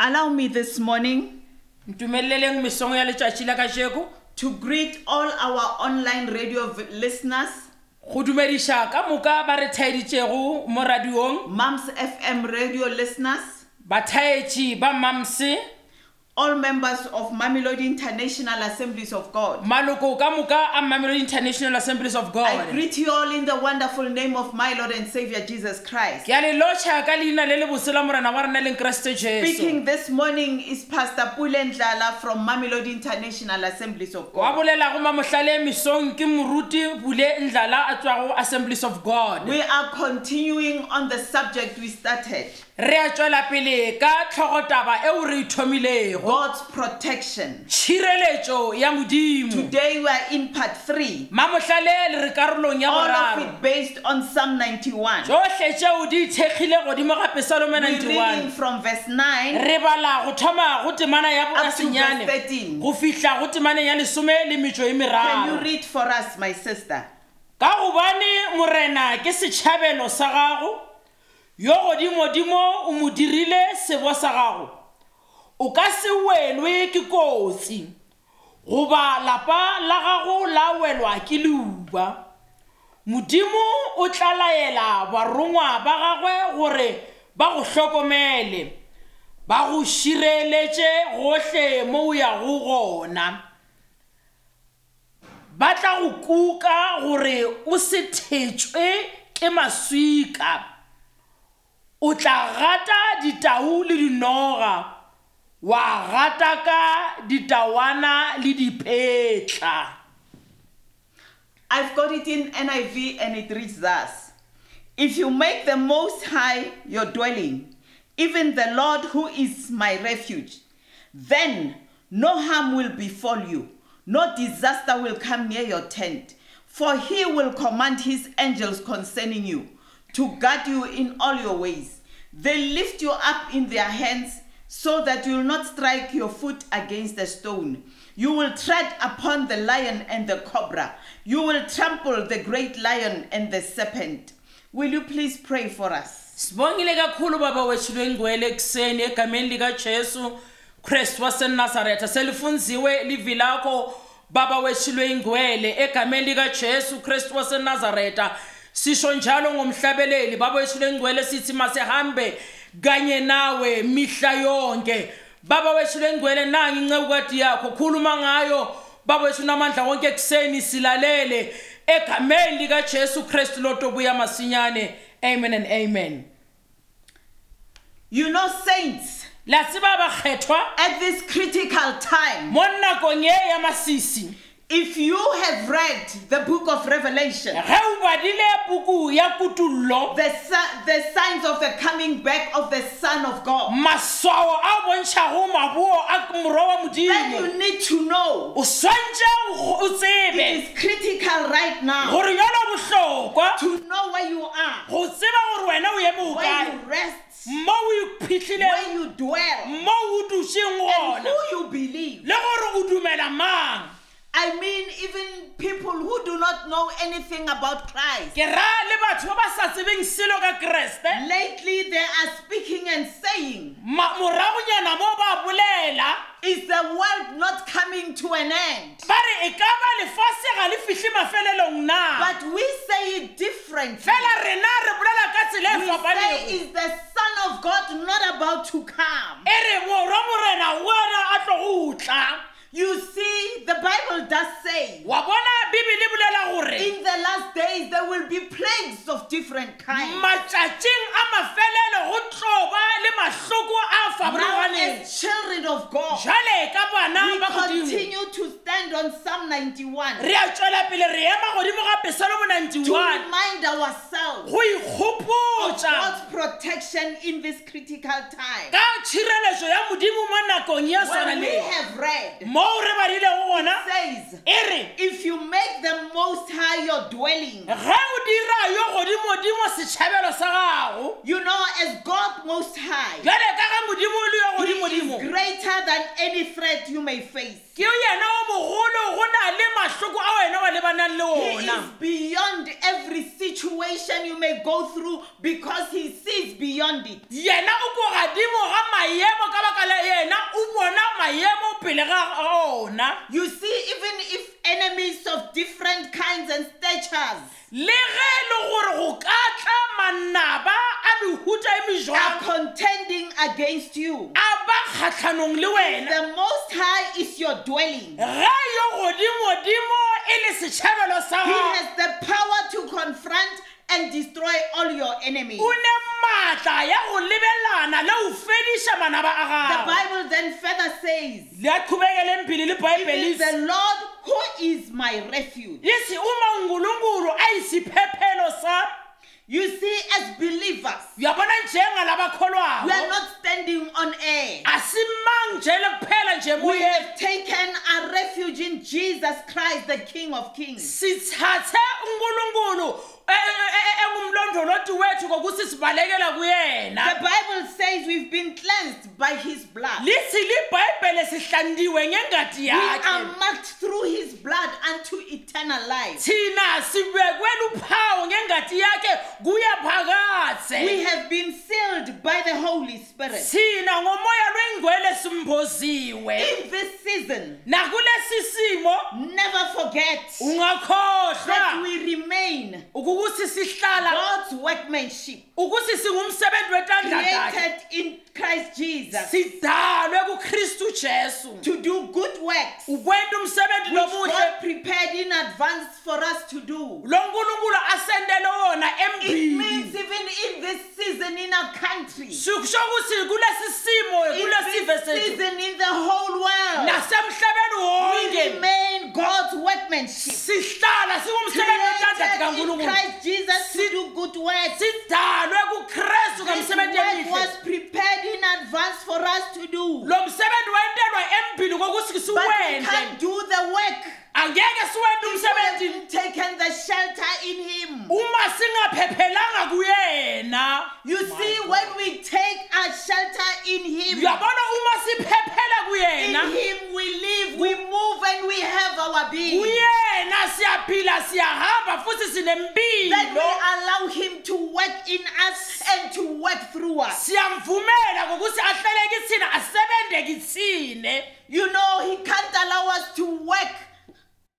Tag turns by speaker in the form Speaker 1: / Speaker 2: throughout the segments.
Speaker 1: Allow me this morning
Speaker 2: ntumeleleng mesongo ya letšatši la kasheko
Speaker 1: to greet all our online radio v- listeners,
Speaker 2: go dumediša ka moka ba re thaeditšego mo radiong
Speaker 1: Mums FM radio listeners,
Speaker 2: bathaetši ba mamse
Speaker 1: all members of Mamelodi International Assemblies of God.
Speaker 2: maloko ka moka a mamelodi international assemblies of
Speaker 1: I
Speaker 2: god
Speaker 1: greet you all in the wonderful name of my Lord and Savior Jesus Christ.
Speaker 2: ke a le lotšha ka leina le le bosela morena wa rena leng keresete jesu
Speaker 1: Speaking this morning is Pastor Pulendlala from Mamelodi International Assemblies of
Speaker 2: wa
Speaker 1: God.
Speaker 2: bolelago mamohlale mesong ke moruti bule ndlala a tswago assemblies of god
Speaker 1: We are continuing on the subject we started
Speaker 2: re a tswela pele ka tlhogotaba eo re ithomilego
Speaker 1: God's protection.
Speaker 2: tshireletšo ya modimo
Speaker 1: Today we are in part three,
Speaker 2: mamohlale le re karolong ya
Speaker 1: all of
Speaker 2: boraro
Speaker 1: it based on Psalm 91.
Speaker 2: tsohle tšeo di ithekgile godimo gape salome
Speaker 1: We're reading
Speaker 2: 91
Speaker 1: from verse 9
Speaker 2: re bala go thoma go temana ya
Speaker 1: up to verse
Speaker 2: bokasenyane
Speaker 1: 13.
Speaker 2: go fihla go temane ya lesome le metso
Speaker 1: Can
Speaker 2: e
Speaker 1: you
Speaker 2: meraro
Speaker 1: read for us, my sister?
Speaker 2: ka gobane morena ke setšhabelo sa gago yo godimodimo o mo dirile sebo sa gago o ka se welwe ke kotsi goba lapa la gago la welwa ke leuba modimo o tla laela barongwa ba gagwe gore ba go hlokomele ba go šireletše gohle mo o yago gona ba tla go kuka gore o se thetšwe ke maswika o tla gata ditau le dinoga wa gata ka ditawana le dipetla
Speaker 1: I've got it in NIV and it reads thus If you make the Most High your dwelling, even the Lord who is my refuge, then no harm will befall you, no disaster will come near your tent, for he will command his angels concerning you to guard you in all your ways. They lift you up in their hands so that you will not strike your foot against a stone. You will tread upon the lion and the cobra. You will trample the great lion and the serpent. Will you please pray for us?
Speaker 2: sibongile kakhulu baba wethu lwengcwele ekuseni egameni likajesu kristu wasenazaretha selifunziwe livi lakho baba wethu lwengcwele egameni likajesu kristu wasenazaretha sisho njalo ngomhlabeleli baba wethu lwengcwele sithi masihambe kanye nawe mihla yonke baba wethu lwengcwele nangi inceku kadi yakho khuluma ngayo baba wethu namandla wonke ekuseni silalele egameni likajesu kristu lotobuya masinyane amen and amen
Speaker 1: You know, saints,
Speaker 2: la tseba bakgethwa
Speaker 1: at this critical time,
Speaker 2: mo nakong e ya masisi
Speaker 1: if you have read the book of Revelation,
Speaker 2: ge o badile puku ya kutullo
Speaker 1: the, si- the signs of the coming back of the Son of God,
Speaker 2: maswao a bontšhago mabuo a morwa wa
Speaker 1: then
Speaker 2: modimo
Speaker 1: you need to know
Speaker 2: o swantšhe o
Speaker 1: it
Speaker 2: tsebe
Speaker 1: is critical right now
Speaker 2: gore yona bohlokwa
Speaker 1: to know where you are,
Speaker 2: go tseba gore wena o eme o
Speaker 1: where
Speaker 2: kae
Speaker 1: you rest,
Speaker 2: mo o iphitlhileng
Speaker 1: where you dwell,
Speaker 2: mo o dušeng
Speaker 1: and
Speaker 2: gona
Speaker 1: who you believe.
Speaker 2: le gore o dumela mang
Speaker 1: I mean, even people who do not know anything about Christ.
Speaker 2: ke ra le batho ba ba sa tsebeng selo ka keresete
Speaker 1: Lately, they are speaking and saying,
Speaker 2: ma- moragonyana mo ba bolela
Speaker 1: Is the world not coming to an end?
Speaker 2: ba re e ka ba lefase ga le fitlhe mafelelong na
Speaker 1: But we say it differently.
Speaker 2: Ah. fela rena re bolela ka tsela e
Speaker 1: We say
Speaker 2: fapanego
Speaker 1: is the Son of God not about to come?
Speaker 2: e re morwa morena wena a tlo go tla
Speaker 1: You see, the Bible does say,
Speaker 2: wa bona bibele e bolela gore
Speaker 1: in the last days there will be plagues of different kinds.
Speaker 2: matšatšing a mafelelo go tlo ba le mahloko a
Speaker 1: Now,
Speaker 2: faparoganeng
Speaker 1: as children of God,
Speaker 2: jale ka bana
Speaker 1: we
Speaker 2: ba godimo
Speaker 1: continue to stand on Psalm 91
Speaker 2: re a tswela pele re ema godimo gape salomo
Speaker 1: to
Speaker 2: 91
Speaker 1: remind ourselves
Speaker 2: go
Speaker 1: of
Speaker 2: ikgopotsa
Speaker 1: God's protection in this critical time.
Speaker 2: ka tshireletso ya modimo mo nakong ya sona
Speaker 1: When we
Speaker 2: le
Speaker 1: have read,
Speaker 2: moo re badilego gona
Speaker 1: it says,
Speaker 2: e re
Speaker 1: if you make the Most High your dwelling,
Speaker 2: ge o dira yo godimodimo setšhabelo sa gago
Speaker 1: you know, as God Most High,
Speaker 2: jale ka ge modimo o le yo
Speaker 1: He is
Speaker 2: godimodimo
Speaker 1: greater than any threat you may face.
Speaker 2: ke yena o Oh, mogolo go na le mahloko a wena wa lebanang le
Speaker 1: He is
Speaker 2: ona
Speaker 1: beyond every situation you may go through because he sees beyond it.
Speaker 2: yena o ko gadimo ga maemo ka baka la yena o bona maemo pele ga ona
Speaker 1: You see, even if enemies of different kinds and statures
Speaker 2: le ge e le gore go ka tla manaba a mehuta e
Speaker 1: are
Speaker 2: mejwang
Speaker 1: contending against you,
Speaker 2: a ba kgatlhanong le wena
Speaker 1: the Most High is your dwelling.
Speaker 2: ge yo godimodimo e le setšhabelo sa
Speaker 1: He
Speaker 2: gago
Speaker 1: has the power to confront and destroy all your enemies.
Speaker 2: o ne maatla ya go lebelana le go fediša manaba a
Speaker 1: The
Speaker 2: gago
Speaker 1: Bible then further says,
Speaker 2: le a thubekelempele
Speaker 1: It
Speaker 2: le
Speaker 1: is
Speaker 2: baebelese
Speaker 1: the Lord who is my refuge.
Speaker 2: isi uma unkulunkulu ayisiphephelo sam
Speaker 1: You see, as believers,
Speaker 2: uyabona
Speaker 1: we are
Speaker 2: njengalabakholwako
Speaker 1: not standing on air.
Speaker 2: asimang njele kuphela nje
Speaker 1: We
Speaker 2: emoyeni
Speaker 1: have taken our refuge in Jesus Christ, the King of Kings.
Speaker 2: sithathe unkulunkulu e- e- e- engumlondoloti wethu ngokuthi sibalekela
Speaker 1: The
Speaker 2: kuyena
Speaker 1: Bible says we've been cleansed by his blood. We
Speaker 2: lithi libhayibhele sihlandiwe ngengadi
Speaker 1: are
Speaker 2: yakhe
Speaker 1: marked through his blood unto eternal life.
Speaker 2: thina sibekwe luphawu ngengadi yakhe kuya
Speaker 1: We
Speaker 2: phakathe
Speaker 1: have been sealed by the Holy Spirit.
Speaker 2: thina ngomoya lwengcwele simboziwe
Speaker 1: In this season,
Speaker 2: nakulesi simo
Speaker 1: never forget that
Speaker 2: ungakhohlwa
Speaker 1: we remain
Speaker 2: ukuthi sihlala
Speaker 1: God's workmanship,
Speaker 2: ukuthi singumsebenzi wetandla lakhe
Speaker 1: created in Christ Jesus
Speaker 2: sidalwe kuKristu Jesu
Speaker 1: to do good works, which
Speaker 2: ukwenta umsebenzi
Speaker 1: God
Speaker 2: lomuhle
Speaker 1: prepared in advance for us to do.
Speaker 2: lo nkulunkulu asendele wona
Speaker 1: It means
Speaker 2: embili
Speaker 1: even in this season in our country, in
Speaker 2: sikusho ukuthi kulesi simo
Speaker 1: this
Speaker 2: kulesi vesethu
Speaker 1: season in the whole world,
Speaker 2: nasemhlabeni
Speaker 1: we
Speaker 2: wonke
Speaker 1: remain God's workmanship.
Speaker 2: sihlala singumsebenzi wetandla
Speaker 1: Created in
Speaker 2: likankulunkulu
Speaker 1: Christ Jesus to do good works.
Speaker 2: sidalwe kuKristu
Speaker 1: This
Speaker 2: ngemsebenzi
Speaker 1: work was
Speaker 2: emihle
Speaker 1: prepared in advance for us to do.
Speaker 2: lo msebenzi wentelwa embili
Speaker 1: But
Speaker 2: kokuthi
Speaker 1: we
Speaker 2: siwenze
Speaker 1: can't do the work.
Speaker 2: angeke siwente
Speaker 1: We
Speaker 2: umsebenzi
Speaker 1: haven't taken the shelter in Him.
Speaker 2: uma singaphephelanga kuyena
Speaker 1: You see, when we take our shelter in Him,
Speaker 2: uyabona uma siphephela
Speaker 1: in
Speaker 2: kuyena
Speaker 1: Him we live, we move, and we have our being.
Speaker 2: kuyena siyaphila siyahamba futhi
Speaker 1: that
Speaker 2: sinempilo
Speaker 1: we allow him to work in us and to work through us.
Speaker 2: siyamvumela ngokuthi ahlele kithina asebende kithine
Speaker 1: You know, he can't allow us to work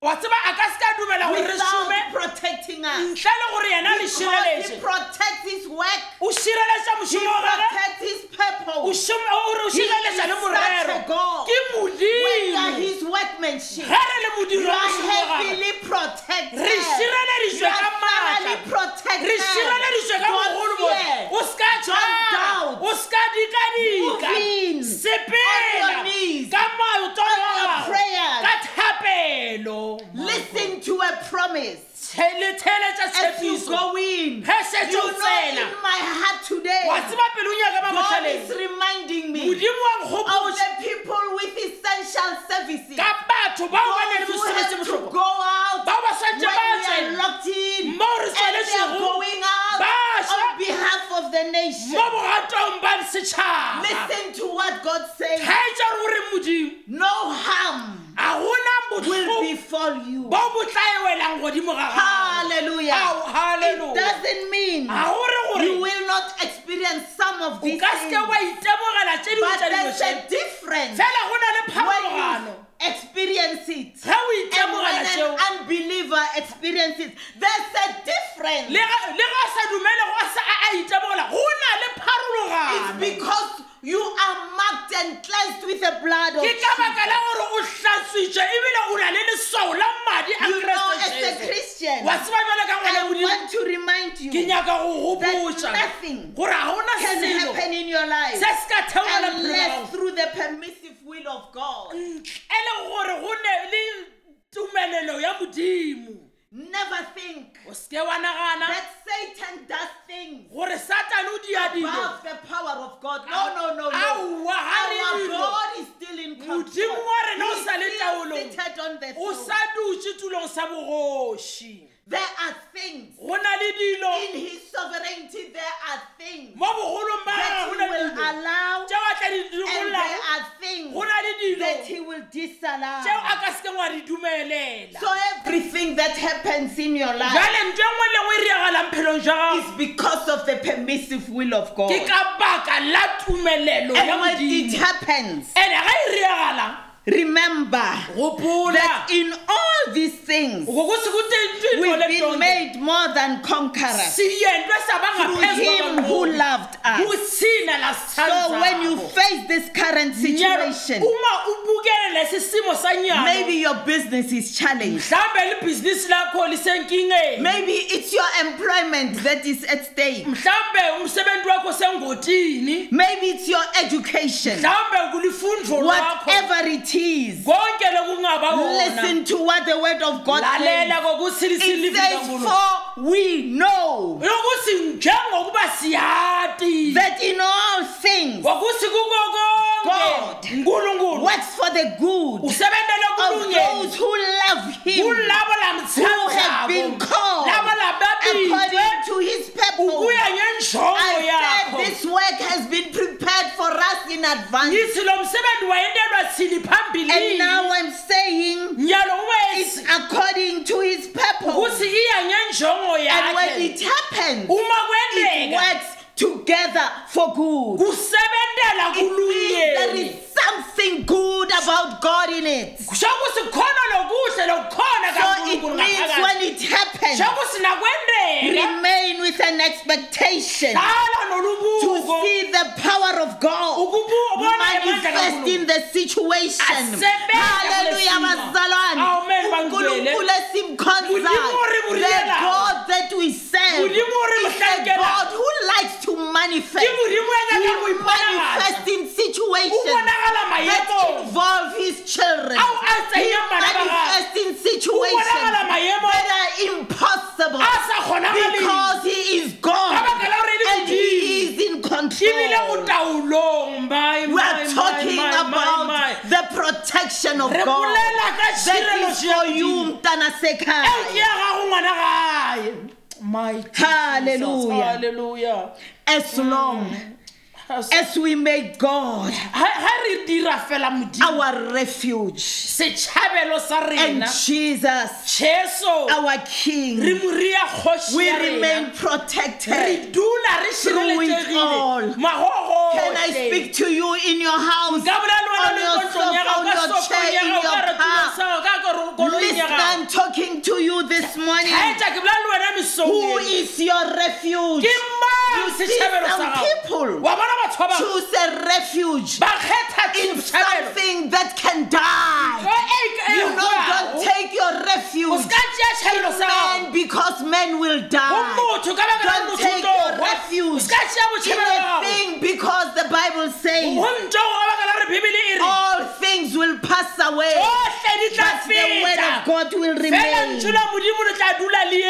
Speaker 2: watsiba aka se ka dumela gore re
Speaker 1: without
Speaker 2: šome
Speaker 1: protecting us.
Speaker 2: ntle le gore yena le
Speaker 1: Because he
Speaker 2: šireletše
Speaker 1: protects his work,
Speaker 2: o šireletša
Speaker 1: he
Speaker 2: mošomo wa gage
Speaker 1: protects his purpose.
Speaker 2: o šom- o re
Speaker 1: He
Speaker 2: o
Speaker 1: is
Speaker 2: šireletša le
Speaker 1: such
Speaker 2: morero
Speaker 1: a God.
Speaker 2: ke
Speaker 1: We are
Speaker 2: modimo
Speaker 1: his workmanship.
Speaker 2: ge re le modiro
Speaker 1: You
Speaker 2: wa
Speaker 1: are
Speaker 2: mošomo wa gage
Speaker 1: heavily protected.
Speaker 2: Re šireleditšwe
Speaker 1: You are
Speaker 2: ka maatla.
Speaker 1: thoroughly protected.
Speaker 2: re šireleditšwe ka mogolo
Speaker 1: Don't fear.
Speaker 2: o seka
Speaker 1: Don't doubt.
Speaker 2: jaa o seka dikadika
Speaker 1: Move in.
Speaker 2: sepela
Speaker 1: On your knees.
Speaker 2: ka maoto a
Speaker 1: On your
Speaker 2: gago,
Speaker 1: prayers.
Speaker 2: ka thapelo
Speaker 1: Listen to a promise
Speaker 2: Tshe- le theletša
Speaker 1: as you
Speaker 2: tshepiso
Speaker 1: go in.
Speaker 2: ge setse
Speaker 1: You know
Speaker 2: o
Speaker 1: in
Speaker 2: tsena
Speaker 1: my heart
Speaker 2: wa
Speaker 1: today,
Speaker 2: tseba pelo nyaka ba
Speaker 1: God is
Speaker 2: motlhaleng
Speaker 1: reminding me of
Speaker 2: modimo wa nkgopotse
Speaker 1: the people with essential services.
Speaker 2: ka batho bao ba na le
Speaker 1: Those who
Speaker 2: mosebetsi
Speaker 1: have to
Speaker 2: botlhoko
Speaker 1: go out
Speaker 2: bao ba
Speaker 1: when
Speaker 2: swantse
Speaker 1: we
Speaker 2: ba tsena
Speaker 1: are locked in,
Speaker 2: Mo re
Speaker 1: and they are
Speaker 2: tsweletsego,
Speaker 1: going out
Speaker 2: bašwa,
Speaker 1: on behalf of the
Speaker 2: mo
Speaker 1: nation.
Speaker 2: bogatong ba setšhaba
Speaker 1: Listen to what God says.
Speaker 2: kgaetsa re gore modimo
Speaker 1: No harm
Speaker 2: a gona
Speaker 1: will
Speaker 2: botlhoko
Speaker 1: befall you.
Speaker 2: bo bo tla e welang godimo ga gago.
Speaker 1: Hallelujah.
Speaker 2: Ao,
Speaker 1: It
Speaker 2: hallelujah.
Speaker 1: doesn't mean
Speaker 2: Ha o re gore
Speaker 1: you will not experience some of
Speaker 2: o
Speaker 1: these
Speaker 2: ka seke wa
Speaker 1: things,
Speaker 2: itemogela tse dingwe
Speaker 1: but
Speaker 2: tsa dilo
Speaker 1: there's
Speaker 2: tse
Speaker 1: a difference.
Speaker 2: fela go na le
Speaker 1: when
Speaker 2: pharologano
Speaker 1: you experience it
Speaker 2: ge o
Speaker 1: and when
Speaker 2: itemogela tseo
Speaker 1: an unbeliever experiences there's a difference
Speaker 2: le ga le ga a sa dumele go a sa a a itemogela go na le
Speaker 1: it's
Speaker 2: pharologano
Speaker 1: because you are marked and cleansed with the blood of
Speaker 2: ke ka baka la
Speaker 1: Jesus.
Speaker 2: gore o hlatswitše ebile o na le leswao la madi a
Speaker 1: you know
Speaker 2: Kreste
Speaker 1: as a
Speaker 2: Jesu.
Speaker 1: christian
Speaker 2: wa tseba jale ka ngwana
Speaker 1: i
Speaker 2: modimo
Speaker 1: want to remind you
Speaker 2: ke nyaka go
Speaker 1: that
Speaker 2: gopotsa
Speaker 1: nothing
Speaker 2: gore ga gona
Speaker 1: can
Speaker 2: selo
Speaker 1: happen in your life
Speaker 2: se se ka theolela bophelo ba gago.
Speaker 1: unless through the permissive will of god
Speaker 2: e le gore go ne le tumelelo ya modimo
Speaker 1: never think
Speaker 2: o seke wa nagana
Speaker 1: that satan does things
Speaker 2: gore satane o dia dilo
Speaker 1: above the power of god no no no no
Speaker 2: aowa ga re
Speaker 1: Our
Speaker 2: dilo
Speaker 1: God is still in control.
Speaker 2: Modimo wa rena o
Speaker 1: He's
Speaker 2: sa le
Speaker 1: still
Speaker 2: taolong.
Speaker 1: seated on the
Speaker 2: o
Speaker 1: throne.
Speaker 2: sa dutse tulong sa bogoši
Speaker 1: There are things
Speaker 2: go na le dilo
Speaker 1: in his sovereignty. There are things
Speaker 2: mo bogolong ba
Speaker 1: that he
Speaker 2: gago go na le
Speaker 1: will
Speaker 2: dilo
Speaker 1: allow,
Speaker 2: tšeo a tla di
Speaker 1: and there
Speaker 2: dikololang
Speaker 1: are
Speaker 2: go
Speaker 1: things
Speaker 2: na le
Speaker 1: that
Speaker 2: dilo
Speaker 1: he will
Speaker 2: tšeo a
Speaker 1: disallow.
Speaker 2: ka sekeng wa di dumelela
Speaker 1: So everything that happens in your life,
Speaker 2: jale nto e nngwe le ngwe e reagalang phelong jang
Speaker 1: It's because of the permissive will of God.
Speaker 2: ke ka baka la tumelelo ya
Speaker 1: And when it
Speaker 2: modimo
Speaker 1: happens,
Speaker 2: ene ga e reagala
Speaker 1: remember
Speaker 2: gopola
Speaker 1: that in all these things,
Speaker 2: go go se go teng ntho e
Speaker 1: we've
Speaker 2: tlole
Speaker 1: been
Speaker 2: tonke.
Speaker 1: made more than conquerors
Speaker 2: siyentwe saba
Speaker 1: through
Speaker 2: ngaphezu
Speaker 1: Him who
Speaker 2: kwabantu.
Speaker 1: loved us.
Speaker 2: Uthina la sithanda
Speaker 1: So when you
Speaker 2: zakho.
Speaker 1: face this current
Speaker 2: Nyalo,
Speaker 1: situation,
Speaker 2: uma ubukele lesi simo sanyalo
Speaker 1: maybe your business is challenged.
Speaker 2: mhlawumbe libhizinisi lakho lisenkingeni
Speaker 1: Maybe it's your employment that is at stake.
Speaker 2: mhlawumbe umsebenzi wakho sengotini
Speaker 1: Maybe it's your education.
Speaker 2: mhlawumbe kulifundo lakho
Speaker 1: Whatever it is,
Speaker 2: konke lokungaba kona
Speaker 1: listen to what the word of God
Speaker 2: lalela
Speaker 1: says.
Speaker 2: kokuthi
Speaker 1: It says,
Speaker 2: lisilivikankulu
Speaker 1: For we know
Speaker 2: lokuthi njengokuba siyati
Speaker 1: that in all things
Speaker 2: ngokuthi kuko
Speaker 1: God
Speaker 2: konke nkulunkulu
Speaker 1: works for the good
Speaker 2: usebentele
Speaker 1: of
Speaker 2: kulungeni
Speaker 1: those who love Him,
Speaker 2: kulabo
Speaker 1: who have been called
Speaker 2: labo lababili
Speaker 1: according to His purpose.
Speaker 2: ukuya ngenjongo
Speaker 1: I
Speaker 2: yakho
Speaker 1: said this work has been prepared for us in advance.
Speaker 2: yithi lo msebenzi wayentelwa thini
Speaker 1: And
Speaker 2: phambilini
Speaker 1: now I'm saying
Speaker 2: nyalo
Speaker 1: it's
Speaker 2: wesi
Speaker 1: according to his purpose.
Speaker 2: ukuthi iya ngenjongo
Speaker 1: And when
Speaker 2: yakhe
Speaker 1: it happens,
Speaker 2: uma
Speaker 1: it
Speaker 2: kwendeka
Speaker 1: works together for good.
Speaker 2: kusebentela
Speaker 1: It means there
Speaker 2: kuluyeni
Speaker 1: is something good about God in it. So
Speaker 2: kusho ukuthi khona lokuhle lokukhona
Speaker 1: it means
Speaker 2: kankulunkulu ngaphakathi
Speaker 1: when it
Speaker 2: sho
Speaker 1: happens,
Speaker 2: ukuthi nakwendeka
Speaker 1: remain with an expectation
Speaker 2: dala
Speaker 1: to
Speaker 2: nolubuko
Speaker 1: see the power of God.
Speaker 2: ukubona amandla
Speaker 1: manifest
Speaker 2: kankulunkulu
Speaker 1: in the situation
Speaker 2: Asebenza
Speaker 1: haleluya
Speaker 2: kulesimo.
Speaker 1: bazalwane
Speaker 2: Amen, bangcwele.
Speaker 1: unkulunkulu esimkhonza
Speaker 2: Ulimo ori
Speaker 1: the
Speaker 2: buriela.
Speaker 1: god that we serve
Speaker 2: Ulimo ori
Speaker 1: is a
Speaker 2: buhlakela.
Speaker 1: god who likes to manifest
Speaker 2: Ke Modimo ya nyakang
Speaker 1: He
Speaker 2: ho
Speaker 1: will
Speaker 2: iponahasa.
Speaker 1: manifest in situations
Speaker 2: ubonakala
Speaker 1: that
Speaker 2: maemong
Speaker 1: involve his children
Speaker 2: Ao a
Speaker 1: He
Speaker 2: tsenya bana ba gagwe.
Speaker 1: manifest in situations
Speaker 2: ubonakala maemo
Speaker 1: that are impossible
Speaker 2: a sa kgonagaleng
Speaker 1: because he is god
Speaker 2: Ka baka la hore e le
Speaker 1: and he
Speaker 2: Modimo.
Speaker 1: is in
Speaker 2: ebile o
Speaker 1: control
Speaker 2: taolong my,
Speaker 1: we
Speaker 2: my,
Speaker 1: are
Speaker 2: my,
Speaker 1: talking
Speaker 2: my, my, my.
Speaker 1: about the protection of
Speaker 2: re
Speaker 1: God.
Speaker 2: bolela ka
Speaker 1: That
Speaker 2: tshirelo
Speaker 1: is for you, Mtana
Speaker 2: eo ke
Speaker 1: Sekhaya.
Speaker 2: ya gago ngwana gae My Jesus,
Speaker 1: Hallelujah.
Speaker 2: hallelujah.
Speaker 1: As long
Speaker 2: Ha-
Speaker 1: as we make God
Speaker 2: ha re dira fela modimo
Speaker 1: our refuge
Speaker 2: setšhabelo sa
Speaker 1: and
Speaker 2: rena
Speaker 1: Jesus
Speaker 2: jeso
Speaker 1: our
Speaker 2: re
Speaker 1: King,
Speaker 2: moria kgoši
Speaker 1: we
Speaker 2: ya rena
Speaker 1: remain protected.
Speaker 2: re dula re
Speaker 1: Through it all.
Speaker 2: šireletšegile
Speaker 1: Can I speak to you in your house,
Speaker 2: ka bola le wena
Speaker 1: on
Speaker 2: le
Speaker 1: your
Speaker 2: ntlong
Speaker 1: sofa,
Speaker 2: ya gago
Speaker 1: on
Speaker 2: ka
Speaker 1: your
Speaker 2: sofong
Speaker 1: chair,
Speaker 2: ya
Speaker 1: in
Speaker 2: gago ka
Speaker 1: your
Speaker 2: retulong
Speaker 1: car?
Speaker 2: sa gago ka koro- koloing
Speaker 1: Listen,
Speaker 2: ya gago
Speaker 1: I'm talking to you this morning.
Speaker 2: Kgaetsa, ke bolela le wena
Speaker 1: Who
Speaker 2: mesongeng
Speaker 1: is your refuge?
Speaker 2: ke mang
Speaker 1: You see
Speaker 2: setšhabelo sa
Speaker 1: some
Speaker 2: gago
Speaker 1: people
Speaker 2: wa bona batho ba bangwe
Speaker 1: choose a refuge
Speaker 2: ba kgetha
Speaker 1: in
Speaker 2: setšhabelo
Speaker 1: something that can die. You know, don't take your
Speaker 2: o
Speaker 1: refuge
Speaker 2: seka tšea tšhabelo sa gago
Speaker 1: man because men will
Speaker 2: go
Speaker 1: die.
Speaker 2: motho ka baka la
Speaker 1: Don't take your
Speaker 2: motho o
Speaker 1: refuge
Speaker 2: seka tšea
Speaker 1: In
Speaker 2: botšhabelo
Speaker 1: a
Speaker 2: gago
Speaker 1: thing because the Bible says
Speaker 2: go ntsogo ka baka la gore bibele e re
Speaker 1: all things will pass away,
Speaker 2: tsotlhe di tla
Speaker 1: but Oh, the word
Speaker 2: feta
Speaker 1: of God will
Speaker 2: fela
Speaker 1: remain.
Speaker 2: ntshula modimo le tla dula le